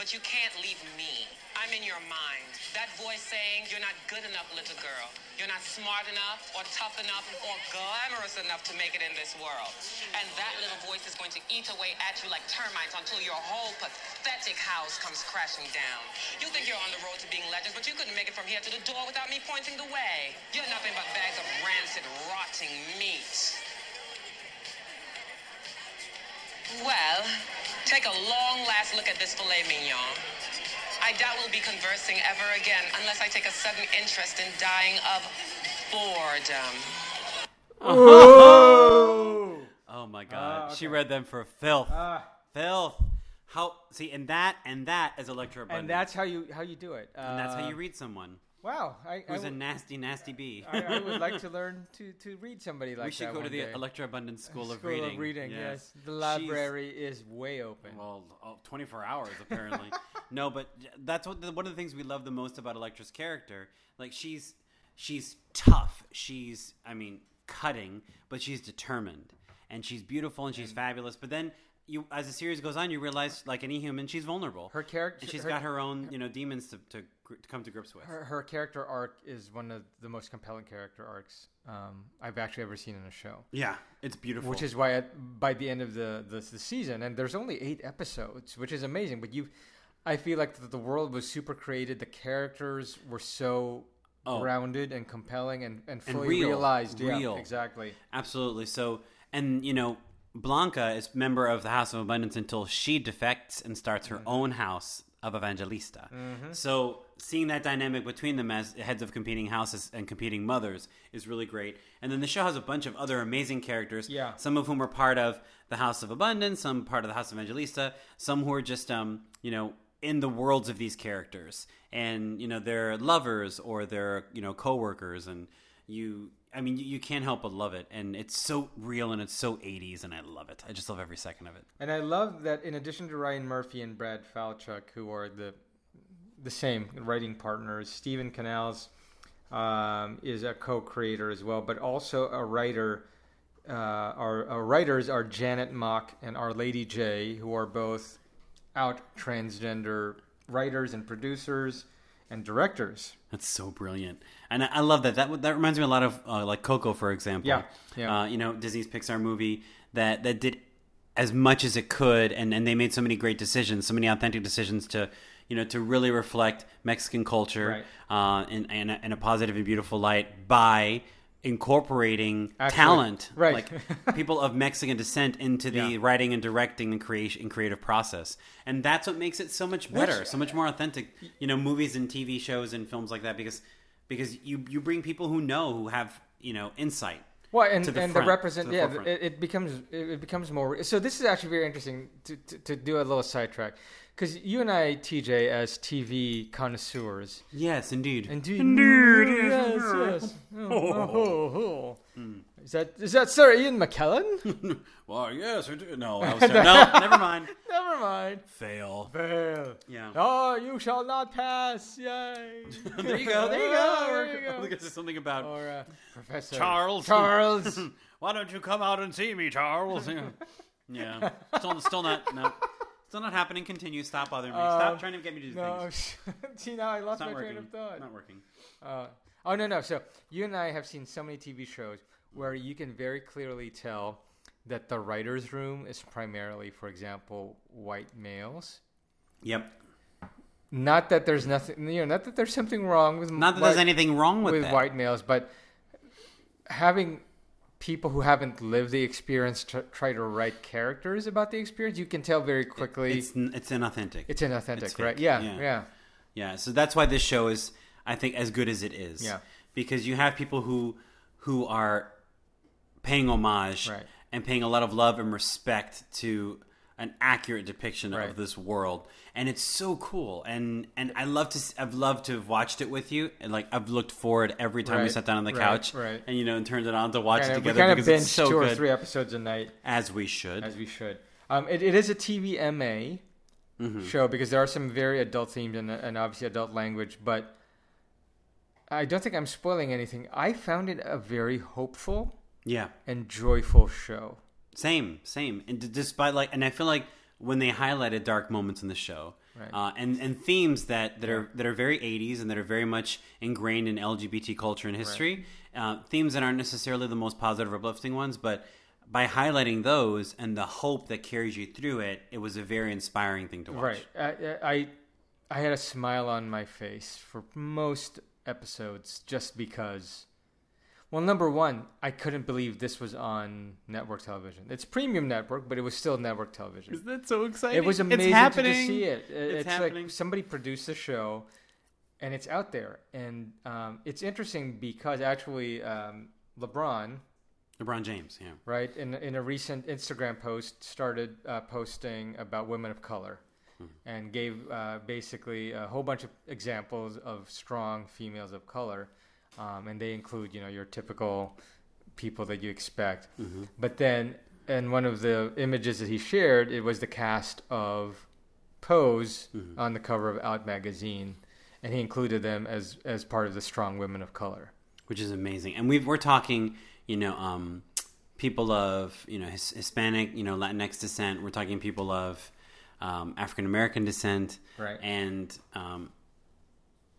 D: but you can't leave me. I'm in your mind. That voice saying you're not good enough, little girl. You're not smart enough, or tough enough, or glamorous enough to make it in this world. And that little voice is going to eat away at you like termites until your whole pathetic house comes crashing down. You think you're on the road to being legends, but you couldn't make it from here to the door without me pointing the way. You're nothing but bags of rancid, rotting meat. Well, take a long last look at this filet mignon. I doubt we'll be conversing ever again unless I take a sudden interest in dying of boredom.
A: Oh my god,
B: Ah,
A: she
B: okay.
A: read them for filth,
B: Ah.
A: filth. How see, and that and that is Electra Bunny,
B: and that's how you how you do it. Uh,
A: And that's how you read someone
B: Wow, I, I
A: who's a
B: would-
A: nasty, nasty bee.
B: I- I would like to learn to, to read somebody like
A: we should
B: that
A: go to
B: one
A: the
B: day.
A: Electra Abundance School, of
B: School
A: Reading.
B: Of reading yes. The library is way open.
A: She's, well, oh, 24 hours apparently. no, but that's what the, one of the things we love the most about Electra's character. Like she's she's tough. She's I mean cutting, but she's determined, and she's beautiful and she's fabulous. But then. You, as the series goes on, you realize, like any human, she's vulnerable.
B: Her character-
A: and she's
B: her-
A: got her own, you know, demons to, to, gr- to come to grips with.
B: her, her character arc is one of the most compelling character arcs um, I've actually ever seen in a show.
A: yeah, it's beautiful.
B: Which is why at, by the end of the, the the season, and there's only eight episodes, which is amazing. But you, I feel like the, the world was super created. The characters were so grounded and compelling and and fully
A: Oh. real.
B: realized.
A: Real.
B: Yeah, exactly.
A: Absolutely. So, and you know, Blanca is member of the House of Abundance until she defects and starts her own house of Evangelista. So, seeing that dynamic between them as heads of competing houses and competing mothers is really great. And then the show has a bunch of other amazing characters.
B: Yeah.
A: Some of whom are part of the House of Abundance, some part of the House of Evangelista, some who are just, um, you know, in the worlds of these characters, and you know, they're lovers or they're you know coworkers, and you i mean you, you can't help but love it and it's so real and it's so 80s and i love it i just love every second of it
B: And I love that in addition to Ryan Murphy and Brad Falchuk, who are the the same writing partners, Stephen Canals um, is a co-creator as well, but also a writer. Uh, our, our writers are Janet Mock and Our Lady J, who are both out transgender writers and producers and directors.
A: that's so brilliant and i, I love that. that that reminds me a lot of uh, like coco for example
B: Yeah, yeah.
A: Uh, you know disney's pixar movie that that did as much as it could and and they made so many great decisions so many authentic decisions to you know to really reflect mexican culture uh, in, in, a, in a positive and beautiful light by incorporating
B: Actually,
A: talent
B: right.
A: like people of Mexican descent into the
B: Yeah.
A: writing and directing and creation and creative process, and that's what makes it so much better, so much more authentic. You know, movies and TV shows and films like that because because you you bring people who know who have you know insight.
B: Well, and,
A: to the
B: and
A: front,
B: the represent
A: to the
B: yeah,
A: forefront.
B: it, it becomes it it becomes more. So this is actually very interesting to to, to do a little sidetrack because you and I, TJ, as TV connoisseurs,
A: yes, indeed.
B: and do you, indeed, yes, yes. Oh, oh, oh.
A: Hmm.
B: Is that is that Sir Ian McKellen?
A: well, yes, I do. No, I was no, never mind.
B: Never mind.
A: Fail.
B: Fail.
A: Yeah.
B: Oh, you shall not pass! Yay!
A: There you go. There you
B: Oh,
A: go.
B: there you
A: I was
B: go.
A: gonna say something about
B: Or uh, Professor
A: Charles.
B: Charles.
A: Why don't you come out and see me, Charles? yeah. yeah. Still, still not. No. Still not happening. Continue. Stop bothering me. Stop
B: Um,
A: trying to get me to do
B: no,
A: things.
B: see now I
A: It's
B: lost
A: not
B: my
A: working.
B: train of thought.
A: Not working.
B: Uh, oh no no! So you and I have seen so many TV shows where you can very clearly tell that the writers' room is primarily, for example, white males.
A: Yep.
B: Not that there's nothing, you know, not that there's something wrong with
A: Not that
B: white,
A: there's anything wrong with,
B: with
A: that.
B: white males, but having people who haven't lived the experience tr try to write characters about the experience, you can tell very quickly
A: It's
B: it's,
A: n- it's inauthentic.
B: inauthentic,
A: it's fake.
B: right? Yeah,
A: Yeah.
B: yeah,
A: yeah. So that's why this show is, I think, as good as it is.
B: Yeah.
A: Because you have people who who are paying homage
B: Right.
A: and paying a lot of love and respect to an accurate depiction of
B: Right.
A: this world, and it's so cool. And and I love to. s- I've loved to have watched it with you, and like I've looked forward every time we
B: Right,
A: sat down on the
B: right,
A: couch,
B: right.
A: and you know, and turned it on to watch it
B: Kinda- we
A: together
B: kind of
A: because
B: binge
A: it's so
B: two or
A: good
B: three episodes a night.
A: as we should.
B: as we should. Um, it, it is a TVMA, show because there are some very adult themes and, and obviously adult language, but I don't think I'm spoiling anything. I found it a very hopeful
A: Yeah.
B: and joyful show.
A: Same, same. And d- despite like, and I feel like when they highlighted dark moments in the show,
B: Right.
A: uh, and and themes that that are that are very '80s and that are very much ingrained in LGBT culture and history, uh, themes that aren't necessarily the most positive or uplifting ones, but by highlighting those and the hope that carries you through it, it was a very inspiring thing to watch.
B: Right. I, I I had a smile on my face for most episodes just because. Well, number one, I couldn't believe this was on network television. It's premium network, but it was still network television.
E: Isn't that so exciting?
B: It was amazing
E: It's happening.
B: to see it. It-
A: It's
B: It's,
A: happening.
B: like somebody produced the show, and it's out there. And um, it's interesting because actually, um, LeBron,
A: LeBron James, yeah,
B: right in in a recent Instagram post started uh, posting about women of color and gave uh, basically a whole bunch of examples of strong females of color um, and they include you know your typical people that you expect but then in one of the images that he shared it was the cast of pose on the cover of out magazine and he included them as as part of the strong women of color
A: which is amazing. And we've, we're talking, you know, um, people of you know his, Hispanic, you know, Latinx descent. We're talking people of um, African American descent,
B: Right.
A: And um,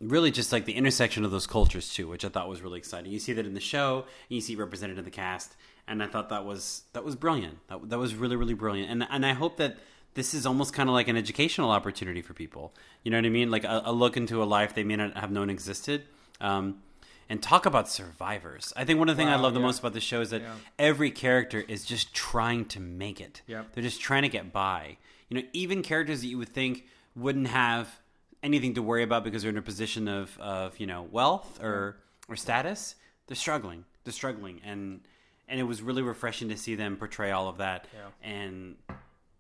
A: really, just like the intersection of those cultures too, which I thought was really exciting. You see that in the show, and you see it represented in the cast, and I thought that was that was brilliant. That, that was really really brilliant, and and I hope that. This is almost kind of like an educational opportunity for people. You know what I mean? Like a, a look into a life they may not have known existed. Um, and talk about survivors. I think one of the things I
B: Wow,
A: love the
B: yeah.
A: most about the show is that every character is just trying to make it.
B: Yep.
A: They're just trying to get by. You know, even characters that you would think wouldn't have anything to worry about because they're in a position of, of you know, wealth or or status, they're struggling. They're struggling and and it was really refreshing to see them portray all of that. And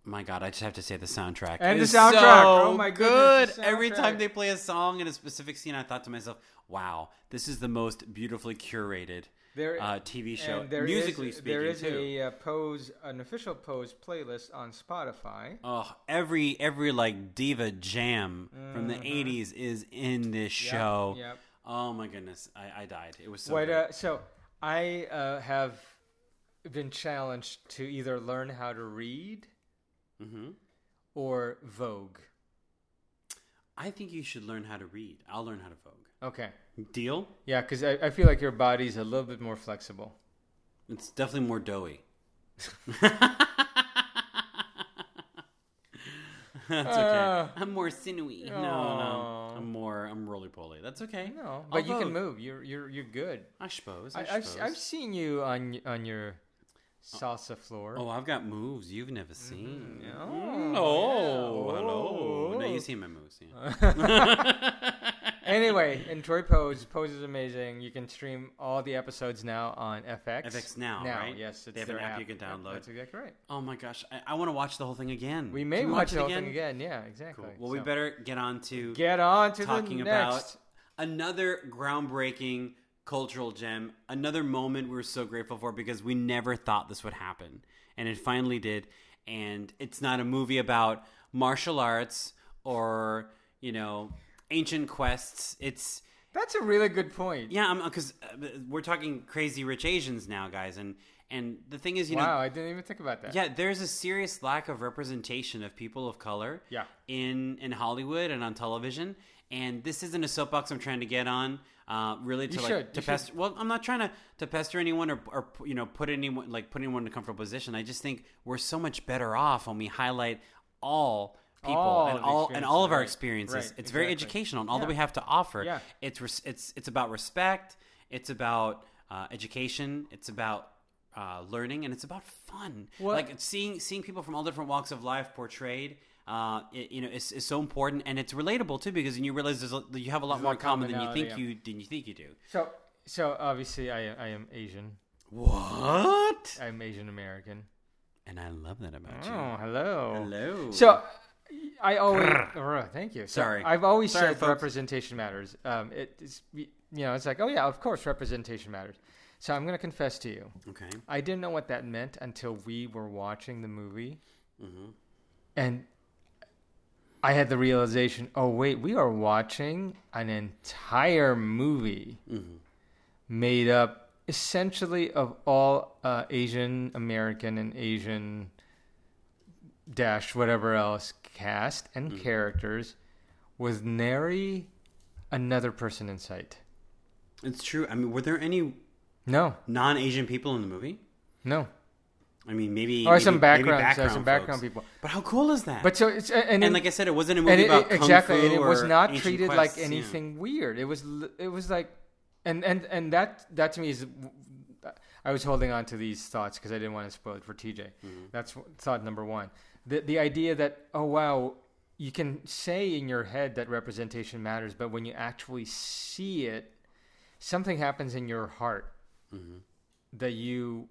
A: my God, I just have to say the soundtrack.
B: And the
A: is
B: soundtrack.
A: so
B: Oh my goodness, the
A: good. Every time
B: soundtrack.
A: they play a song in a specific scene, I thought to myself, "Wow, this is the most beautifully curated
B: There-
A: uh, TV show,
B: And there is-
A: musically speaking."
B: there is
A: too.
B: a uh, pose, an official pose playlist on Spotify.
A: Oh, every every like diva jam from the
B: Mm-hmm.
A: '80s is in this show.
B: yep.
A: Oh my goodness, I, I died. It was so.
B: Wait,
A: good.
B: uh, so I uh, have been challenged to either learn how to read
A: Mhm.
B: or Vogue.
A: I think you should learn how to read. I'll learn how to vogue.
B: Okay,
A: Deal?
B: yeah, because I, I feel like your body's a little bit more flexible.
A: It's definitely more doughy. That's
B: Uh,
A: okay. I'm more sinewy. No, no. I'm more. I'm roly poly. That's okay.
B: No, but you
A: Although-
B: can move. You're you're you're good.
A: I suppose. I,
B: I, I've
A: suppose.
B: I've seen you on y- on your salsa floor.
A: oh, I've got moves you've never
B: Mm-hmm.
A: seen. Oh,
B: Oh.
A: hello. No, you see my moves. Yeah.
B: Anyway, enjoy Pose. Pose is amazing. You can stream all the episodes now on FX.
A: FX Now, right?
B: Yes, it's
A: They have
B: their
A: an app you can download.
B: That's exactly right.
A: oh my gosh, I, I want to watch the whole thing again.
B: We may
A: Can
B: watch the whole thing again. Yeah, exactly.
A: Cool. Well, we
B: So,
A: better get on to
B: get on to
A: talking
B: the
A: about
B: next.
A: another groundbreaking cultural gem, another moment we were so grateful for because we never thought this would happen. And it finally did. And it's not a movie about martial arts or, you know, ancient quests. It's
B: That's a really good point.
A: yeah, I'm cuz uh, we're talking crazy rich Asians now, guys, and and the thing is, you know,
B: wow, I didn't even think about that.
A: yeah, there's a serious lack of representation of people of color.
B: Yeah.
A: In in Hollywood and on television, and this isn't a soapbox I'm trying to get on. Uh, really, to
B: You
A: like
B: should,
A: to
B: you should.
A: pester. Well, I'm not trying to to pester anyone or or you know put anyone like put anyone in a comfortable position. I just think we're so much better off when we highlight all people
B: All
A: and
B: the
A: all and all of our
B: experiences,
A: experiences.
B: right. Right,
A: it's very
B: exactly.
A: educational and all that we
B: Yeah.
A: have to offer.
B: Yeah.
A: It's res- it's it's about respect. It's about uh, education. It's about uh, learning, and it's about fun. Like seeing seeing people from all different walks of life portrayed. Uh, it, you know, is is so important, and it's relatable too because then you realize there's a, you have a lot more in common than you think
B: commonality,
A: you than you think you do.
B: So, so obviously, I I am Asian.
A: What?
B: I'm Asian American.
A: And I love that about you.
B: Oh, hello.
A: Mm. Hello.
B: So I always Ugh, thank you. So
A: Sorry.
B: I've always
A: Sorry,
B: said
A: folks.
B: representation matters. Um, it is you know it's like oh yeah of course representation matters. So I'm gonna confess to you,
A: okay.
B: I didn't know what that meant until we were watching the movie, and I had the realization oh, wait, we are watching an entire movie made up essentially of all uh, Asian American and Asian dash whatever else cast and characters with nary another person in sight.
A: It's true. I mean, were there any
B: No,
A: non-Asian people in the movie?
B: no.
A: I mean, maybe
B: Or
A: maybe-
B: some
A: maybe
B: background, uh, some
A: folks.
B: background people.
A: But how cool is that?
B: But so it's and,
A: and
B: it-
A: like I said, it wasn't a
B: and
A: movie
B: it-
A: about
B: it-
A: kung
B: exactly,
A: fu
B: and it was
A: or
B: not
A: ancient
B: treated
A: quests,
B: like
A: yeah.
B: anything weird. It was l- it was like, and and and that that to me is, I was holding on to these thoughts because I didn't want to spoil it for TJ.
A: Mm-hmm.
B: That's wh- thought number one. The the idea that oh wow, you can say in your head that representation matters, but when you actually see it, something happens in your heart
A: Mm-hmm.
B: that you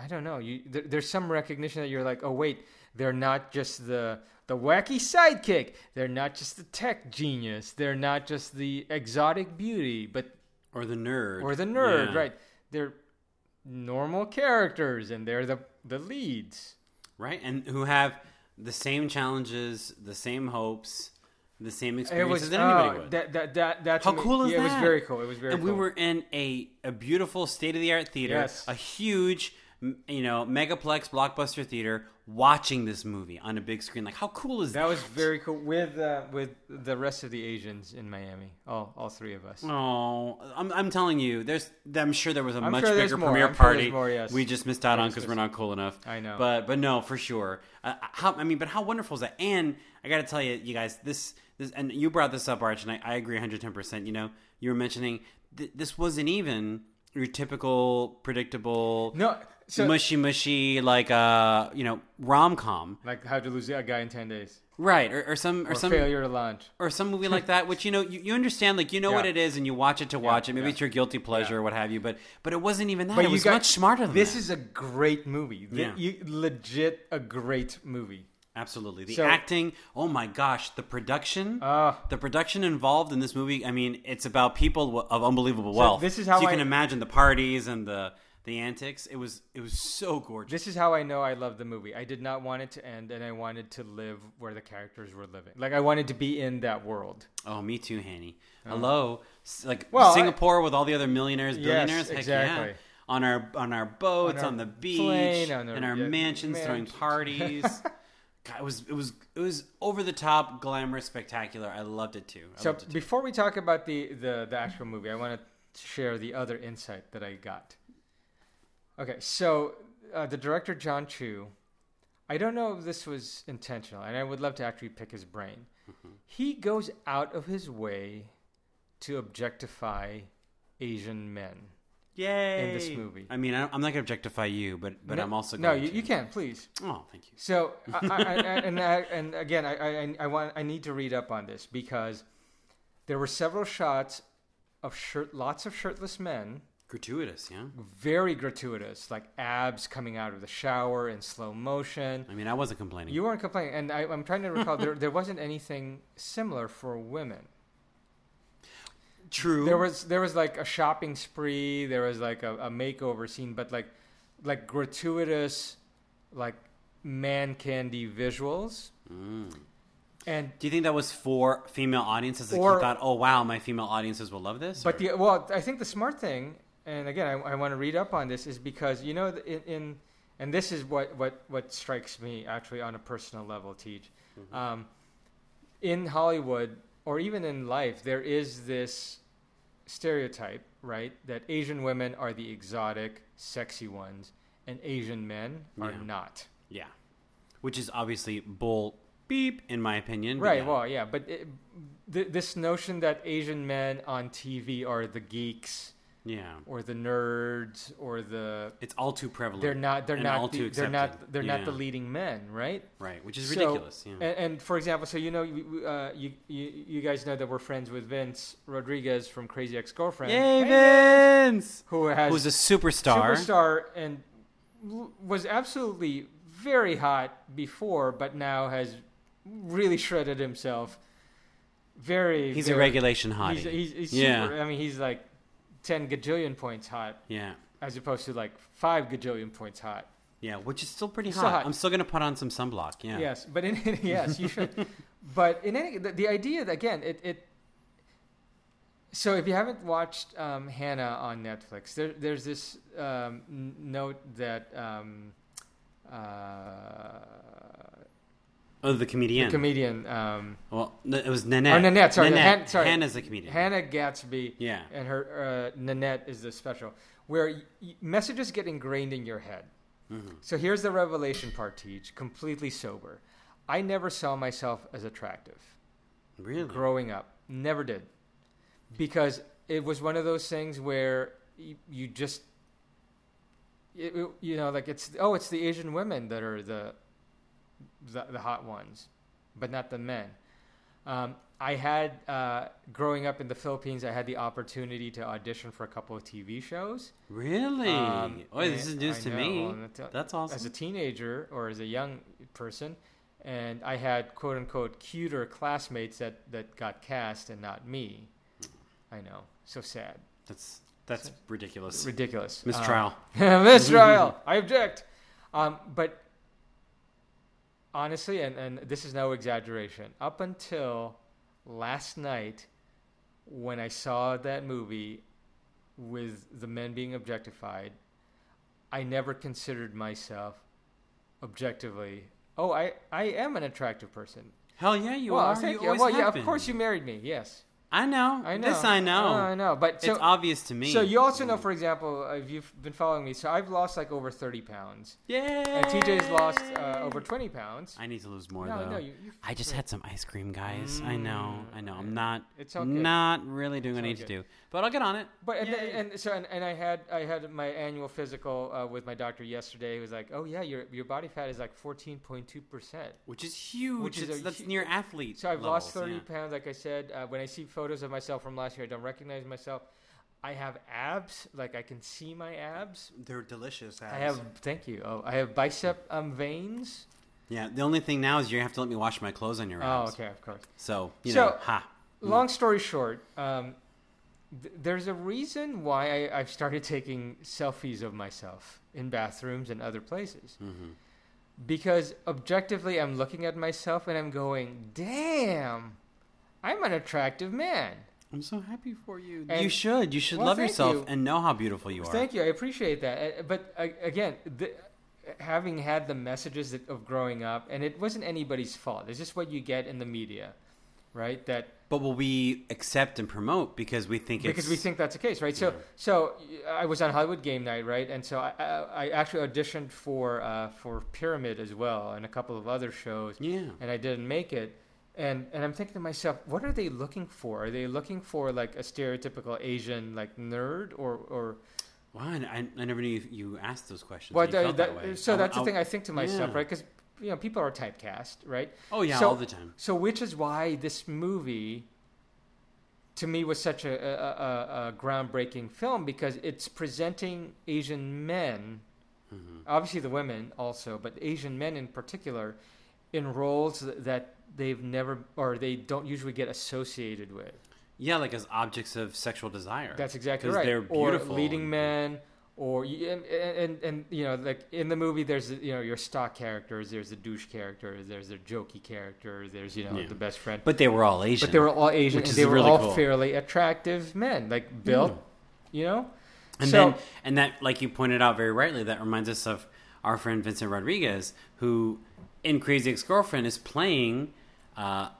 B: I don't know. You there, there's some recognition that you're like, oh wait, they're not just the the wacky sidekick. They're not just the tech genius. They're not just the exotic beauty, but
A: or the nerd,
B: or the nerd,
A: Yeah.
B: right? They're normal characters, and they're the the leads.
A: Right, and who have the same challenges, the same hopes, the same experiences that anybody
B: oh,
A: would.
B: That that that that's
A: How cool is
B: yeah,
A: that?
B: It was very cool. It was very.
A: And we
B: cool.
A: were in a, a beautiful state of the art theater,
B: Yes.
A: a huge, m- you know, megaplex blockbuster theater, watching this movie on a big screen. Like, how cool is that?
B: That was very cool with uh, with the rest of the Asians in Miami. All all three of us.
A: Oh, I'm, I'm telling you, there's. I'm sure there was a
B: I'm
A: much
B: sure there's
A: bigger
B: more.
A: premiere
B: I'm sure
A: party.
B: there's more, yes.
A: We just missed out on
B: was
A: because we're
B: gonna
A: not cool enough.
B: I know.
A: but but no, for sure. Uh, how I mean, but how wonderful is that? And I got to tell you, you guys, this this and you brought this up, Arch, and I, I agree 110. percent You know, you were mentioning th- this wasn't even your typical predictable
B: No, so-
A: mushy mushy like uh you know rom com
B: Like how to lose a guy in ten days
A: right or, or some or,
B: or
A: some
B: failure to launch.
A: or some movie like that, which you know you, you understand, like you know what
B: Yeah.
A: it is, and you watch it to watch it. Maybe
B: yeah.
A: it's your guilty pleasure or what have you, but but it wasn't even that. it
B: you
A: was
B: got-
A: much smarter than
B: this
A: that.
B: is a great movie. Th-
A: Yeah.
B: you- legit a great movie.
A: absolutely the
B: so-
A: acting. Oh my gosh, the production,
B: Ah.
A: the production involved in this movie. I mean, it's about people w- of unbelievable wealth.
B: this is how
A: you
B: I-
A: can imagine the parties and the the antics. It was it was so gorgeous.
B: This is how I know I love the movie. I did not want it to end, and I wanted to live where the characters were living. Like I wanted to be in that world.
A: oh, me too, Hanny. Hello, S- like
B: Uh-huh. Well, I-
A: Singapore with all the other millionaires,
B: Yes,
A: billionaires. Heck yeah.
B: exactly.
A: On our on our boats, on,
B: our
A: the beach,
B: plane, on our-
A: in our
B: yeah,
A: mansions, throwing
B: mansions.
A: parties. God, it was it was it was over the top, glamorous, spectacular. I loved it too. I
B: So
A: loved it too.
B: before we talk about the, the, the actual movie, I want to share the other insight that I got. Okay, so uh, the director John Chu, I don't know if this was intentional, and I would love to actually pick his brain.
A: Mm-hmm.
B: He goes out of his way to objectify Asian men.
A: Yay!
B: in this movie.
A: I mean, I don't- I'm not gonna objectify you, but but I'm also
B: no,
A: going
B: you,
A: to.
B: you can please.
A: Oh, thank you.
B: So, I, I, I, and I, and again, I, I, I want I need to read up on this because there were several shots of shirt, lots of shirtless men,
A: Gratuitous, yeah.
B: very gratuitous, like abs coming out of the shower in slow motion.
A: I mean, I wasn't complaining.
B: You weren't complaining, and I, I'm trying to recall there there wasn't anything similar for women.
A: True.
B: There was there was like a shopping spree, there was like a, a makeover scene, but like like gratuitous, like man candy visuals. And
A: Do you think that was for female audiences? Like
B: Or-
A: he thought, oh wow, my female audiences will love this.
B: But
A: Or-
B: the well, I think the smart thing, and again, I, I want to read up on this, is because you know, th- in, in and this is what what what strikes me actually on a personal level, Teach.
A: Mm-hmm.
B: Um, in Hollywood or even in life, there is this stereotype, right, that Asian women are the exotic, sexy ones, and Asian men are
A: Yeah.
B: not.
A: Yeah. Which is obviously bull beep, in my opinion. but
B: Right.
A: yeah.
B: Well, yeah, but it, th- this notion that Asian men on TV are the geeks
A: Yeah.
B: or the nerds or the
A: It's all too prevalent.
B: they're not they're
A: and all
B: not
A: too
B: the, they're not
A: accepted.
B: they're not the
A: Yeah.
B: leading men right
A: Right, which is
B: So-
A: ridiculous. yeah.
B: and, and for example so you know you, we- uh, you you you guys know that we're friends with vince rodriguez from crazy ex-girlfriend
A: Yay, Vince!
B: who has
A: Who's a superstar.
B: superstar and w- was absolutely very hot before but now has really shredded himself very
A: He's a
B: very-
A: regulation hottie.
B: he's, he's, he's
A: yeah.
B: super, i mean he's like 10 gajillion points hot
A: Yeah.
B: as opposed to like five gajillion points hot
A: Yeah, which is still pretty hot.
B: Still hot.
A: I'm still gonna put on some sunblock. Yeah.
B: Yes, but in yes, you should. but in any, the, the idea that, again, it, it. So if you haven't watched um, Hannah on Netflix, there, there's this um, n- note that um, uh,
A: Oh, the comedian.
B: the comedian um,
A: well, n- it was Nanette.
B: Oh, Nanette, sorry, Han- sorry.
A: Hannah's the comedian.
B: Hannah Gatsby,
A: Yeah.
B: and her uh, Nanette is the special where y- y- messages get ingrained in your head. So here's the revelation part, Teach. Completely sober, I never saw myself as attractive
A: Really?
B: growing up. Never did, because it was one of those things where you, you just, it, it- you know, like it's oh, it's the Asian women that are the, the, the hot ones, but not the men. Um, I had uh, growing up in the Philippines, I had the opportunity to audition for a couple of TV shows.
A: Really?
B: Um,
A: oh, this is
B: and
A: news
B: I
A: to
B: know,
A: me.
B: well, and that's-
A: That's
B: As
A: awesome.
B: a teenager or as a young person, and I had quote unquote cuter classmates that, that got cast and not me. I know. So sad.
A: that's that's ridiculous.
B: Ridiculous.
A: Mistrial.
B: Um, mistrial. I object. Um, but honestly, and, and this is no exaggeration, up until last night when I saw that movie with the men being objectified, I never considered myself objectively. Oh, I, I am an attractive person.
A: Hell yeah, you
B: well,
A: are.
B: thank
A: you
B: you.
A: always
B: well,
A: have
B: yeah, of
A: been.
B: course you married me. Yes,
A: I know.
B: I know.
A: This I know.
B: Oh, I know. But so,
A: it's obvious to me.
B: so you also know, for example, if you've been following me, so I've lost like over thirty pounds,
A: Yeah.
B: and TJ's lost uh, over twenty pounds.
A: I need to lose more
B: No,
A: though.
B: no, you- you-
A: I just had some ice cream, guys. I know, I know. I'm not.
B: It's all good.
A: Not really doing what I
B: all
A: need to
B: good.
A: do, but I'll get on it.
B: But and,
A: Yay.
B: and so and, and I had I had my annual physical uh, with my doctor yesterday. He was like, "Oh yeah, your your body fat is like fourteen point two percent."
A: which is huge.
B: Which is
A: It's-
B: a
A: that's
B: hu-
A: near athlete.
B: So I've lost
A: levels,
B: thirty
A: yeah.
B: pounds, like I said. Uh, when I see photos of myself from last year, I don't recognize myself. I have abs, like I can see my abs.
A: They're delicious.
B: I have thank you. Oh, I have bicep um, veins.
A: Yeah. The only thing now is you have to let me wash my clothes on your
B: Oh,
A: abs.
B: okay, of course.
A: So you
B: So-
A: know, ha.
B: Long story short, um, th- there's a reason why I, I've started taking selfies of myself in bathrooms and other places. Because objectively, I'm looking at myself and I'm going, damn, I'm an attractive man.
A: I'm so happy for you.
B: And-
A: you should. You should
B: Well,
A: love
B: thank
A: yourself
B: you.
A: and know how beautiful you are.
B: Thank you. I appreciate that. Uh, But uh, again, the, having had the messages that, of growing up, and it wasn't anybody's fault, it's just what you get in the media, right? That
A: But will we accept and promote because we think
B: because
A: it's
B: we think that's the case, right? So, so I was on Hollywood Game Night, right? And so I, I, I actually auditioned for uh, for Pyramid as well and a couple of other shows.
A: Yeah.
B: and I didn't make it. And and I'm thinking to myself, what are they looking for? Are they looking for like a stereotypical Asian like nerd or or
A: Wow, I, I never knew you, you asked those questions.
B: well,
A: and you felt
B: that-
A: that way.
B: so
A: I-
B: that's
A: I-
B: the thing I think to myself,
A: Yeah.
B: right? Because you know people are typecast, right?
A: Oh, yeah,
B: So-
A: all the time.
B: So which is why this movie, to me, was such a, a, a, a groundbreaking film because it's presenting Asian men,
A: Mm-hmm.
B: obviously the women also, but Asian men in particular, in roles that they've never or they don't usually get associated with.
A: Yeah, like as objects of sexual desire.
B: That's exactly
A: 'Cause
B: right.
A: They're beautiful.
B: Or leading
A: and-
B: men, or you- and, and and you know, like in the movie, there's you know your stock characters, there's the douche character, there's the jokey character, there's you know
A: Yeah.
B: the best friend.
A: But they were all Asian.
B: But they were all Asian,
A: Which
B: and
A: is
B: they were
A: really
B: all
A: cool. Hmm.
B: fairly attractive men, like built, you know.
A: And
B: so
A: then, and that, like you pointed out very rightly, that reminds us of our friend Vincent Rodriguez, who in Crazy Ex-Girlfriend is playing uh,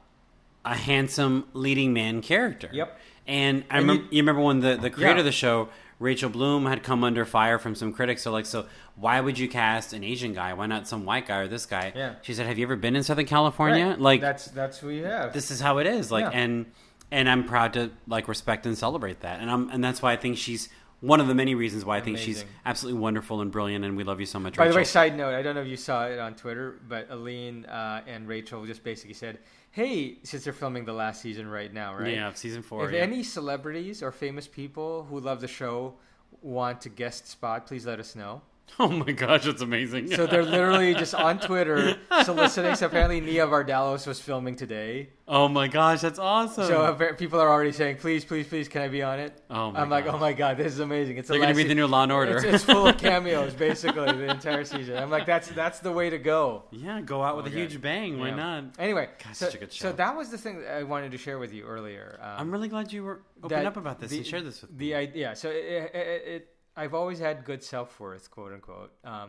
A: a handsome leading man character.
B: Yep.
A: And I
B: And
A: remember, you, remember when the, the creator
B: Yeah.
A: of the show, Rachel Bloom, had come under fire from some critics. So like, so why would you cast an Asian guy? Why not some white guy or this guy?
B: Yeah.
A: She said, "Have you ever been in Southern California? Like,
B: that's that's who you have.
A: this is how it is like
B: Yeah.
A: and and i'm proud to like respect and celebrate that and i'm and that's why i think she's one of the many reasons why i think she's
B: Amazing.
A: absolutely wonderful and brilliant and we love you so much
B: By the way,
A: Rachel.
B: side note, I don't know if you saw it on Twitter, but Aline uh, and Rachel just basically said, "Hey, since they're filming the last season right now, right?
A: yeah season four
B: if
A: yeah.
B: any celebrities or famous people who love the show want to guest spot, please let us know.
A: Oh my gosh, that's amazing.
B: So they're literally just on Twitter soliciting. So apparently, Nia Vardalos was filming today.
A: oh my gosh, that's awesome.
B: So uh, appa- people are already saying, "Please, please, please, can I be on it?"
A: Hmm. Oh my
B: I'm like,
A: gosh.
B: "Oh my god, this is amazing!" It's
A: they're
B: going to
A: be the new Law and Order.
B: It's, it's full of cameos, basically, the entire season. I'm like, "That's that's the way to go."
A: yeah, go out with a
B: Oh my God.
A: huge bang. Why
B: Yeah.
A: not?
B: Anyway,
A: God,
B: so,
A: such a good
B: so
A: show.
B: that was the thing that I wanted to share with you earlier. Um,
A: I'm really glad you were open
B: that
A: up about this
B: the-
A: and shared this with
B: the
A: me.
B: idea. Yeah, so it, it, it, I've always had good self worth, quote unquote. Um,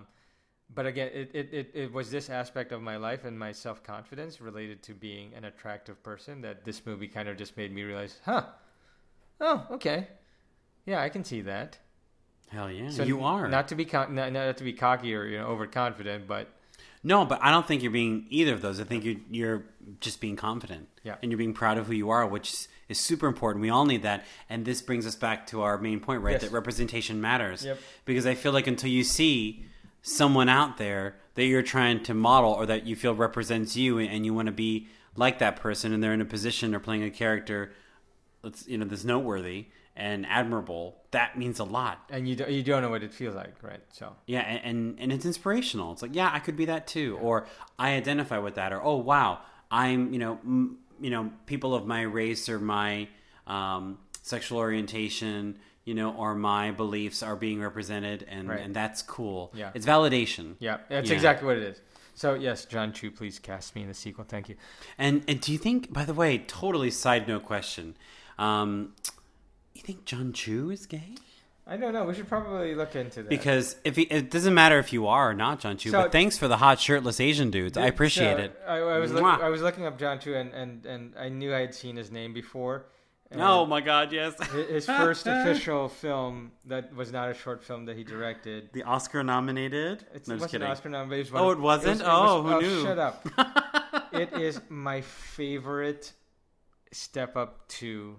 B: but again, it, it, it, it was this aspect of my life and my self confidence related to being an attractive person that this movie kind of just made me realize, huh? Oh, okay. Yeah, I can see that.
A: Hell yeah,
B: So
A: you are.
B: not to be co- not, not to be cocky or you know overconfident, but
A: no, but I don't think you're being either of those. I think you, you're just being confident.
B: Yeah.
A: And you're being proud of who you are, which is- is super important. We all need that. And this brings us back to our main point, right?
B: Yes.
A: That representation matters.
B: Yep.
A: Because I feel like until you see someone out there that you're trying to model or that you feel represents you and you want to be like that person and they're in a position or playing a character that's you know that's noteworthy and admirable, that means a lot.
B: and you don't, you don't know what it feels like, right? So
A: Yeah, and, and and it's inspirational. It's like, yeah, I could be that too, or I identify with that, or oh wow, I'm you know m- you know people of my race or my um, sexual orientation, you know, or my beliefs are being represented, and
B: Right.
A: and that's cool.
B: Yeah.
A: it's validation.
B: yeah, that's
A: Yeah.
B: exactly what it is. So yes, John Chu, please cast me in the sequel. Thank you.
A: And and do you think, by the way, totally side note question, um, you think John Chu is gay?
B: I don't know. We should probably look into that.
A: Because if he, it doesn't matter if you are or not John Chu,
B: So-
A: but thanks for the hot shirtless Asian dudes. I appreciate
B: So, uh,
A: it.
B: I, I was look,
A: Mwah.
B: I was looking up John Chu and, and, and I knew I had seen his name before. And
A: Oh my God! Yes,
B: hi- His first official film that was not a short film that he directed.
A: the Oscar nominated.
B: It's,
A: no,
B: it
A: just
B: wasn't
A: kidding.
B: Oscar nom- but it was one
A: Oh,
B: of-
A: it wasn't.
B: was-
A: oh,
B: was-
A: who knew?
B: Shut up! it is my favorite step up to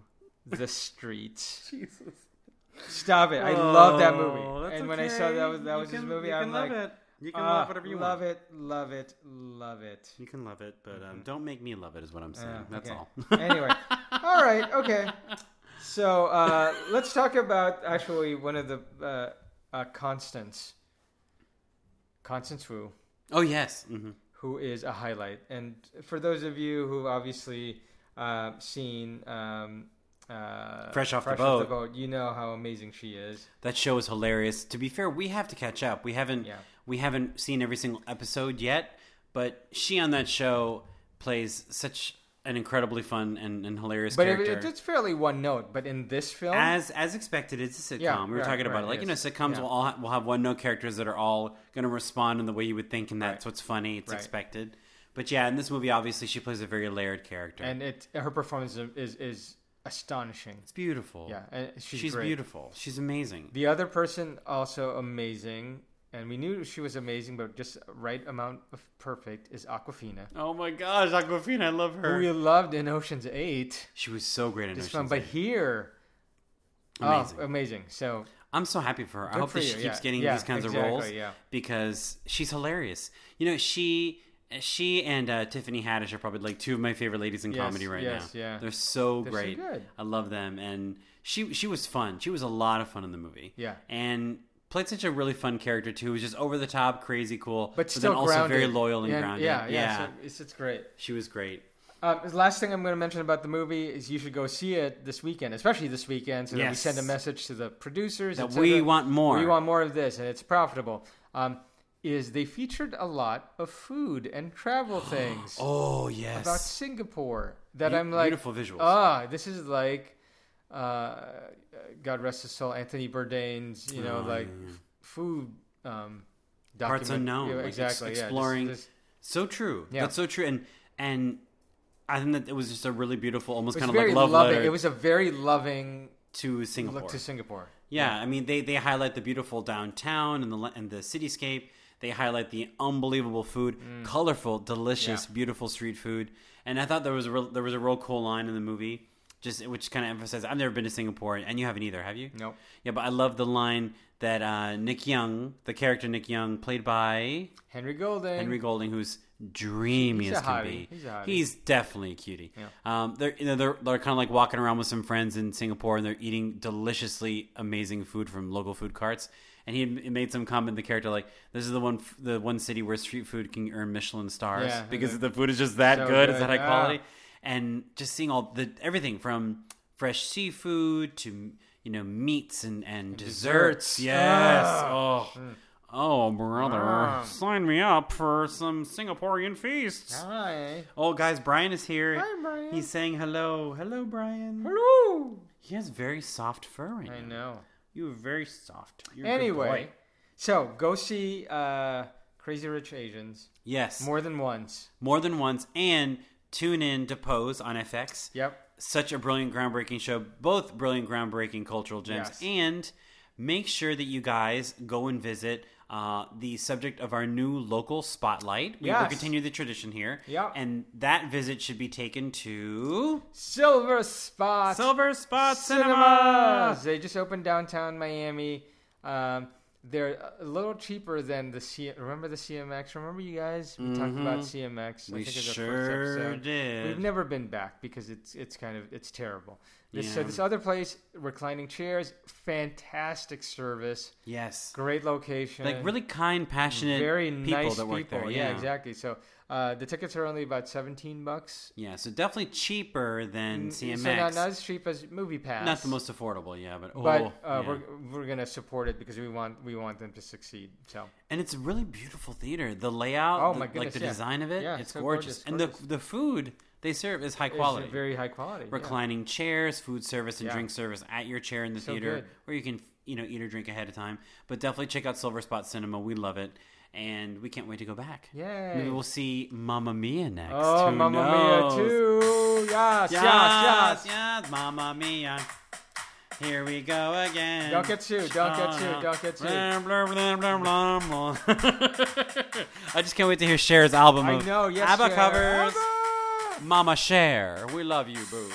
B: the streets.
A: Jesus.
B: Stop it! I love that
A: Oh,
B: movie.
A: that's
B: And when I saw that
A: okay.
B: was that
A: You
B: was his
A: can-
B: movie,
A: you
B: I'm
A: can
B: like,
A: love it. You can
B: ah,
A: love whatever you
B: love
A: want.
B: it, love it, love it.
A: You can love it, but um, don't make me love it. Is what I'm saying.
B: Yeah,
A: That's
B: okay.
A: all.
B: anyway, all right, okay. So uh, let's talk about actually one of the uh, uh, Constance, Constance Wu,
A: Oh yes. hmm
B: who is a highlight. And for those of you who obviously uh, seen um, uh,
A: Fresh Off the Boat.
B: you know how amazing she is.
A: That show is hilarious. To be fair, we have to catch up. We haven't.
B: Yeah.
A: We haven't seen every single episode yet, but she on that show plays such an incredibly fun and, and hilarious
B: But it,
A: character.
B: it, it's fairly one note. But in this film,
A: as as expected, it's a sitcom.
B: Yeah,
A: we were
B: right,
A: talking about
B: right,
A: it. Like you know,
B: yes.
A: sitcoms
B: Yeah.
A: will all ha- will have one note characters that are all going to respond in the way you would think, and that's what's funny. It's
B: Right.
A: expected. But yeah, in this movie, obviously, she plays a very layered character.
B: and it her performance is is, is astonishing.
A: it's beautiful.
B: Yeah, and she's,
A: she's,
B: great.
A: beautiful. She's amazing.
B: The other person also amazing, and we knew she was amazing, but just right amount of perfect is Aquafina,
A: oh my gosh, Aquafina, I love
B: who
A: her.
B: we loved in Ocean's Eight.
A: she was so great in
B: This
A: this
B: one, but here,
A: Amazing.
B: oh, amazing! So
A: I'm so happy for her. I
B: Good
A: hope
B: for
A: that she
B: you,
A: keeps
B: yeah.
A: getting
B: Yeah,
A: these kinds
B: exactly,
A: of roles
B: yeah.
A: because she's hilarious. You know, she she and uh, Tiffany Haddish are probably like two of my favorite ladies in
B: Yes,
A: comedy right
B: yes,
A: now.
B: yeah.
A: They're so
B: They're so
A: great.
B: good.
A: I love them and she she was fun. She was a lot of fun in the movie.
B: Yeah.
A: And played such a really fun character too. Who was just over the top, crazy cool,
B: but
A: then
B: still
A: also
B: grounded.
A: very loyal and, grounded.
B: Yeah, yeah, So it's it's great.
A: she was great.
B: Um, the last thing I'm going to mention about the movie is you should go see it this weekend, especially this weekend, so that we
A: Yes.
B: send a message to the producers
A: That
B: et cetera.
A: we want more.
B: We want more of this, and it's profitable. Um, is they featured a lot of food and travel things
A: Oh yes.
B: about Singapore that
A: Be-
B: I'm like
A: beautiful visuals.
B: Ah, this is like, uh, God rest his soul, Anthony Bourdain's, you know,
A: Oh,
B: like
A: yeah.
B: f- food. Um,
A: parts
B: document-
A: unknown.
B: Yeah,
A: like, ex-
B: exactly. yeah, just-
A: exploring.
B: just-
A: So true.
B: Yeah.
A: That's so true. And and I think that it was just a really beautiful, almost
B: it was
A: kind of
B: very
A: like love
B: loving.
A: letter
B: It was a very loving
A: to Singapore.
B: look to Singapore.
A: yeah, I mean they they highlight the beautiful downtown and the la- and the cityscape. They highlight the unbelievable food, colorful, delicious,
B: Mm. Yeah.
A: beautiful street food. And I thought there was a real, there was a real cool line in the movie, just which kind of emphasized. I've never been to Singapore, and you haven't either, have you?
B: Nope.
A: Yeah, but I love the line that uh, Nick Young, the character Nick Young, played by
B: Henry Golden.
A: Henry Golding, who's dreamy
B: He's
A: as
B: a
A: can be.
B: hottie. He's a hottie.
A: definitely a cutie.
B: Yeah.
A: Um, they're you know they're they're kind of like walking around with some friends in Singapore, and they're eating deliciously amazing food from local food carts. And he had made some comment the character like, "This is the one f- the one city where street food can earn Michelin stars
B: Yeah, and
A: because
B: then-
A: the food is just that
B: So
A: good, it's
B: good, Ah.
A: that high
B: yeah.
A: quality." And just seeing all the everything from fresh seafood to you know meats and and desserts.
B: desserts.
A: Yes.
B: Ah.
A: Oh. Oh, brother. Sign me up for some Singaporean feasts.
B: Hi.
A: Oh, guys, Brian is here.
B: Hi, Brian.
A: He's saying hello. Hello, Brian.
B: Hello.
A: He has very soft fur right
B: I
A: now.
B: know.
A: You are very soft. You're a good
B: Anyway,
A: boy.
B: so go see uh, Crazy Rich Asians
A: Yes. More-,
B: more than once.
A: than once. And tune in to Pose on FX.
B: Yep.
A: Such a brilliant, groundbreaking show. Both brilliant, groundbreaking cultural gems.
B: Yes.
A: And make sure that you guys go and visit. Uh, the subject of our new local spotlight. We will
B: Yes.
A: continue the tradition here.
B: Yeah.
A: And that visit should be taken to
B: Silver Spot
A: Silver Spot Cinema.
B: Cinemas. They just opened downtown Miami. Um, they're a little cheaper than the C. Remember the CMX? Remember you guys? We talked about CMX.
A: Mm-hmm. We
B: I think it was our
A: sure
B: first episode.
A: did.
B: We've never been back because it's it's kind of it's terrible. This, So
A: Yeah.
B: this other place, reclining chairs, fantastic service,
A: Yes.
B: great location,
A: Like really kind, passionate
B: very
A: people
B: nice
A: that work
B: people.
A: there.
B: yeah. exactly. So uh, the tickets are only about seventeen bucks.
A: Yeah, so definitely cheaper than
B: Mm, So
A: CMX.
B: not,
A: not,
B: not as cheap as Movie Pass.
A: the most affordable, yeah, but oh,
B: But uh,
A: yeah.
B: we're we're gonna support it because we want we want them to succeed. So
A: and it's a really beautiful theater. The layout,
B: Oh
A: the-
B: my
A: like
B: goodness,
A: the
B: yeah.
A: design of it,
B: Yeah,
A: it's
B: so
A: gorgeous.
B: gorgeous,
A: And
B: gorgeous.
A: the the food they serve is high quality.
B: it's very high quality. yeah.
A: reclining chairs, food service, and
B: Yeah.
A: drink service at your chair in the theater,
B: good.
A: where you can you know eat or drink ahead of time. But definitely check out Silver Spot Cinema. We love it, and we can't wait to go back.
B: Yay.
A: Maybe we'll see Mamma Mia next.
B: Oh,
A: Who
B: Mamma
A: knows?
B: Mia too. Yes, yes,
A: Yes,
B: yes.
A: yes, Mamma Mia. Here we go again.
B: Don't get sued, don't get sued, don't get sued.
A: Blah, blah, blah, blah, blah. I just can't wait to hear Cher's album.
B: I
A: of
B: know. Yes,
A: ABBA
B: Cher.
A: covers.
B: ABBA!
A: Mama Cher, we love you, boo.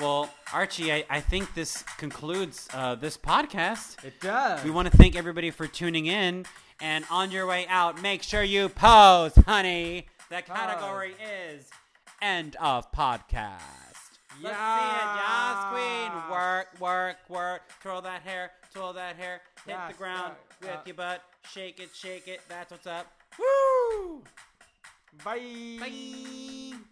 A: Well, Archie, I, I think this concludes uh, this podcast.
B: It does.
A: We want to thank everybody for tuning in. And on your way out, make sure you pose, honey. The category is end of podcast. Let's see it, yes, queen.
B: Yes.
A: Work, work, work. Twirl that hair, twirl that hair. Hit the
B: Yes,
A: ground
B: yeah,
A: with
B: yeah.
A: your butt. Shake it, shake it. That's what's up. Woo!
B: Bye.
A: Bye.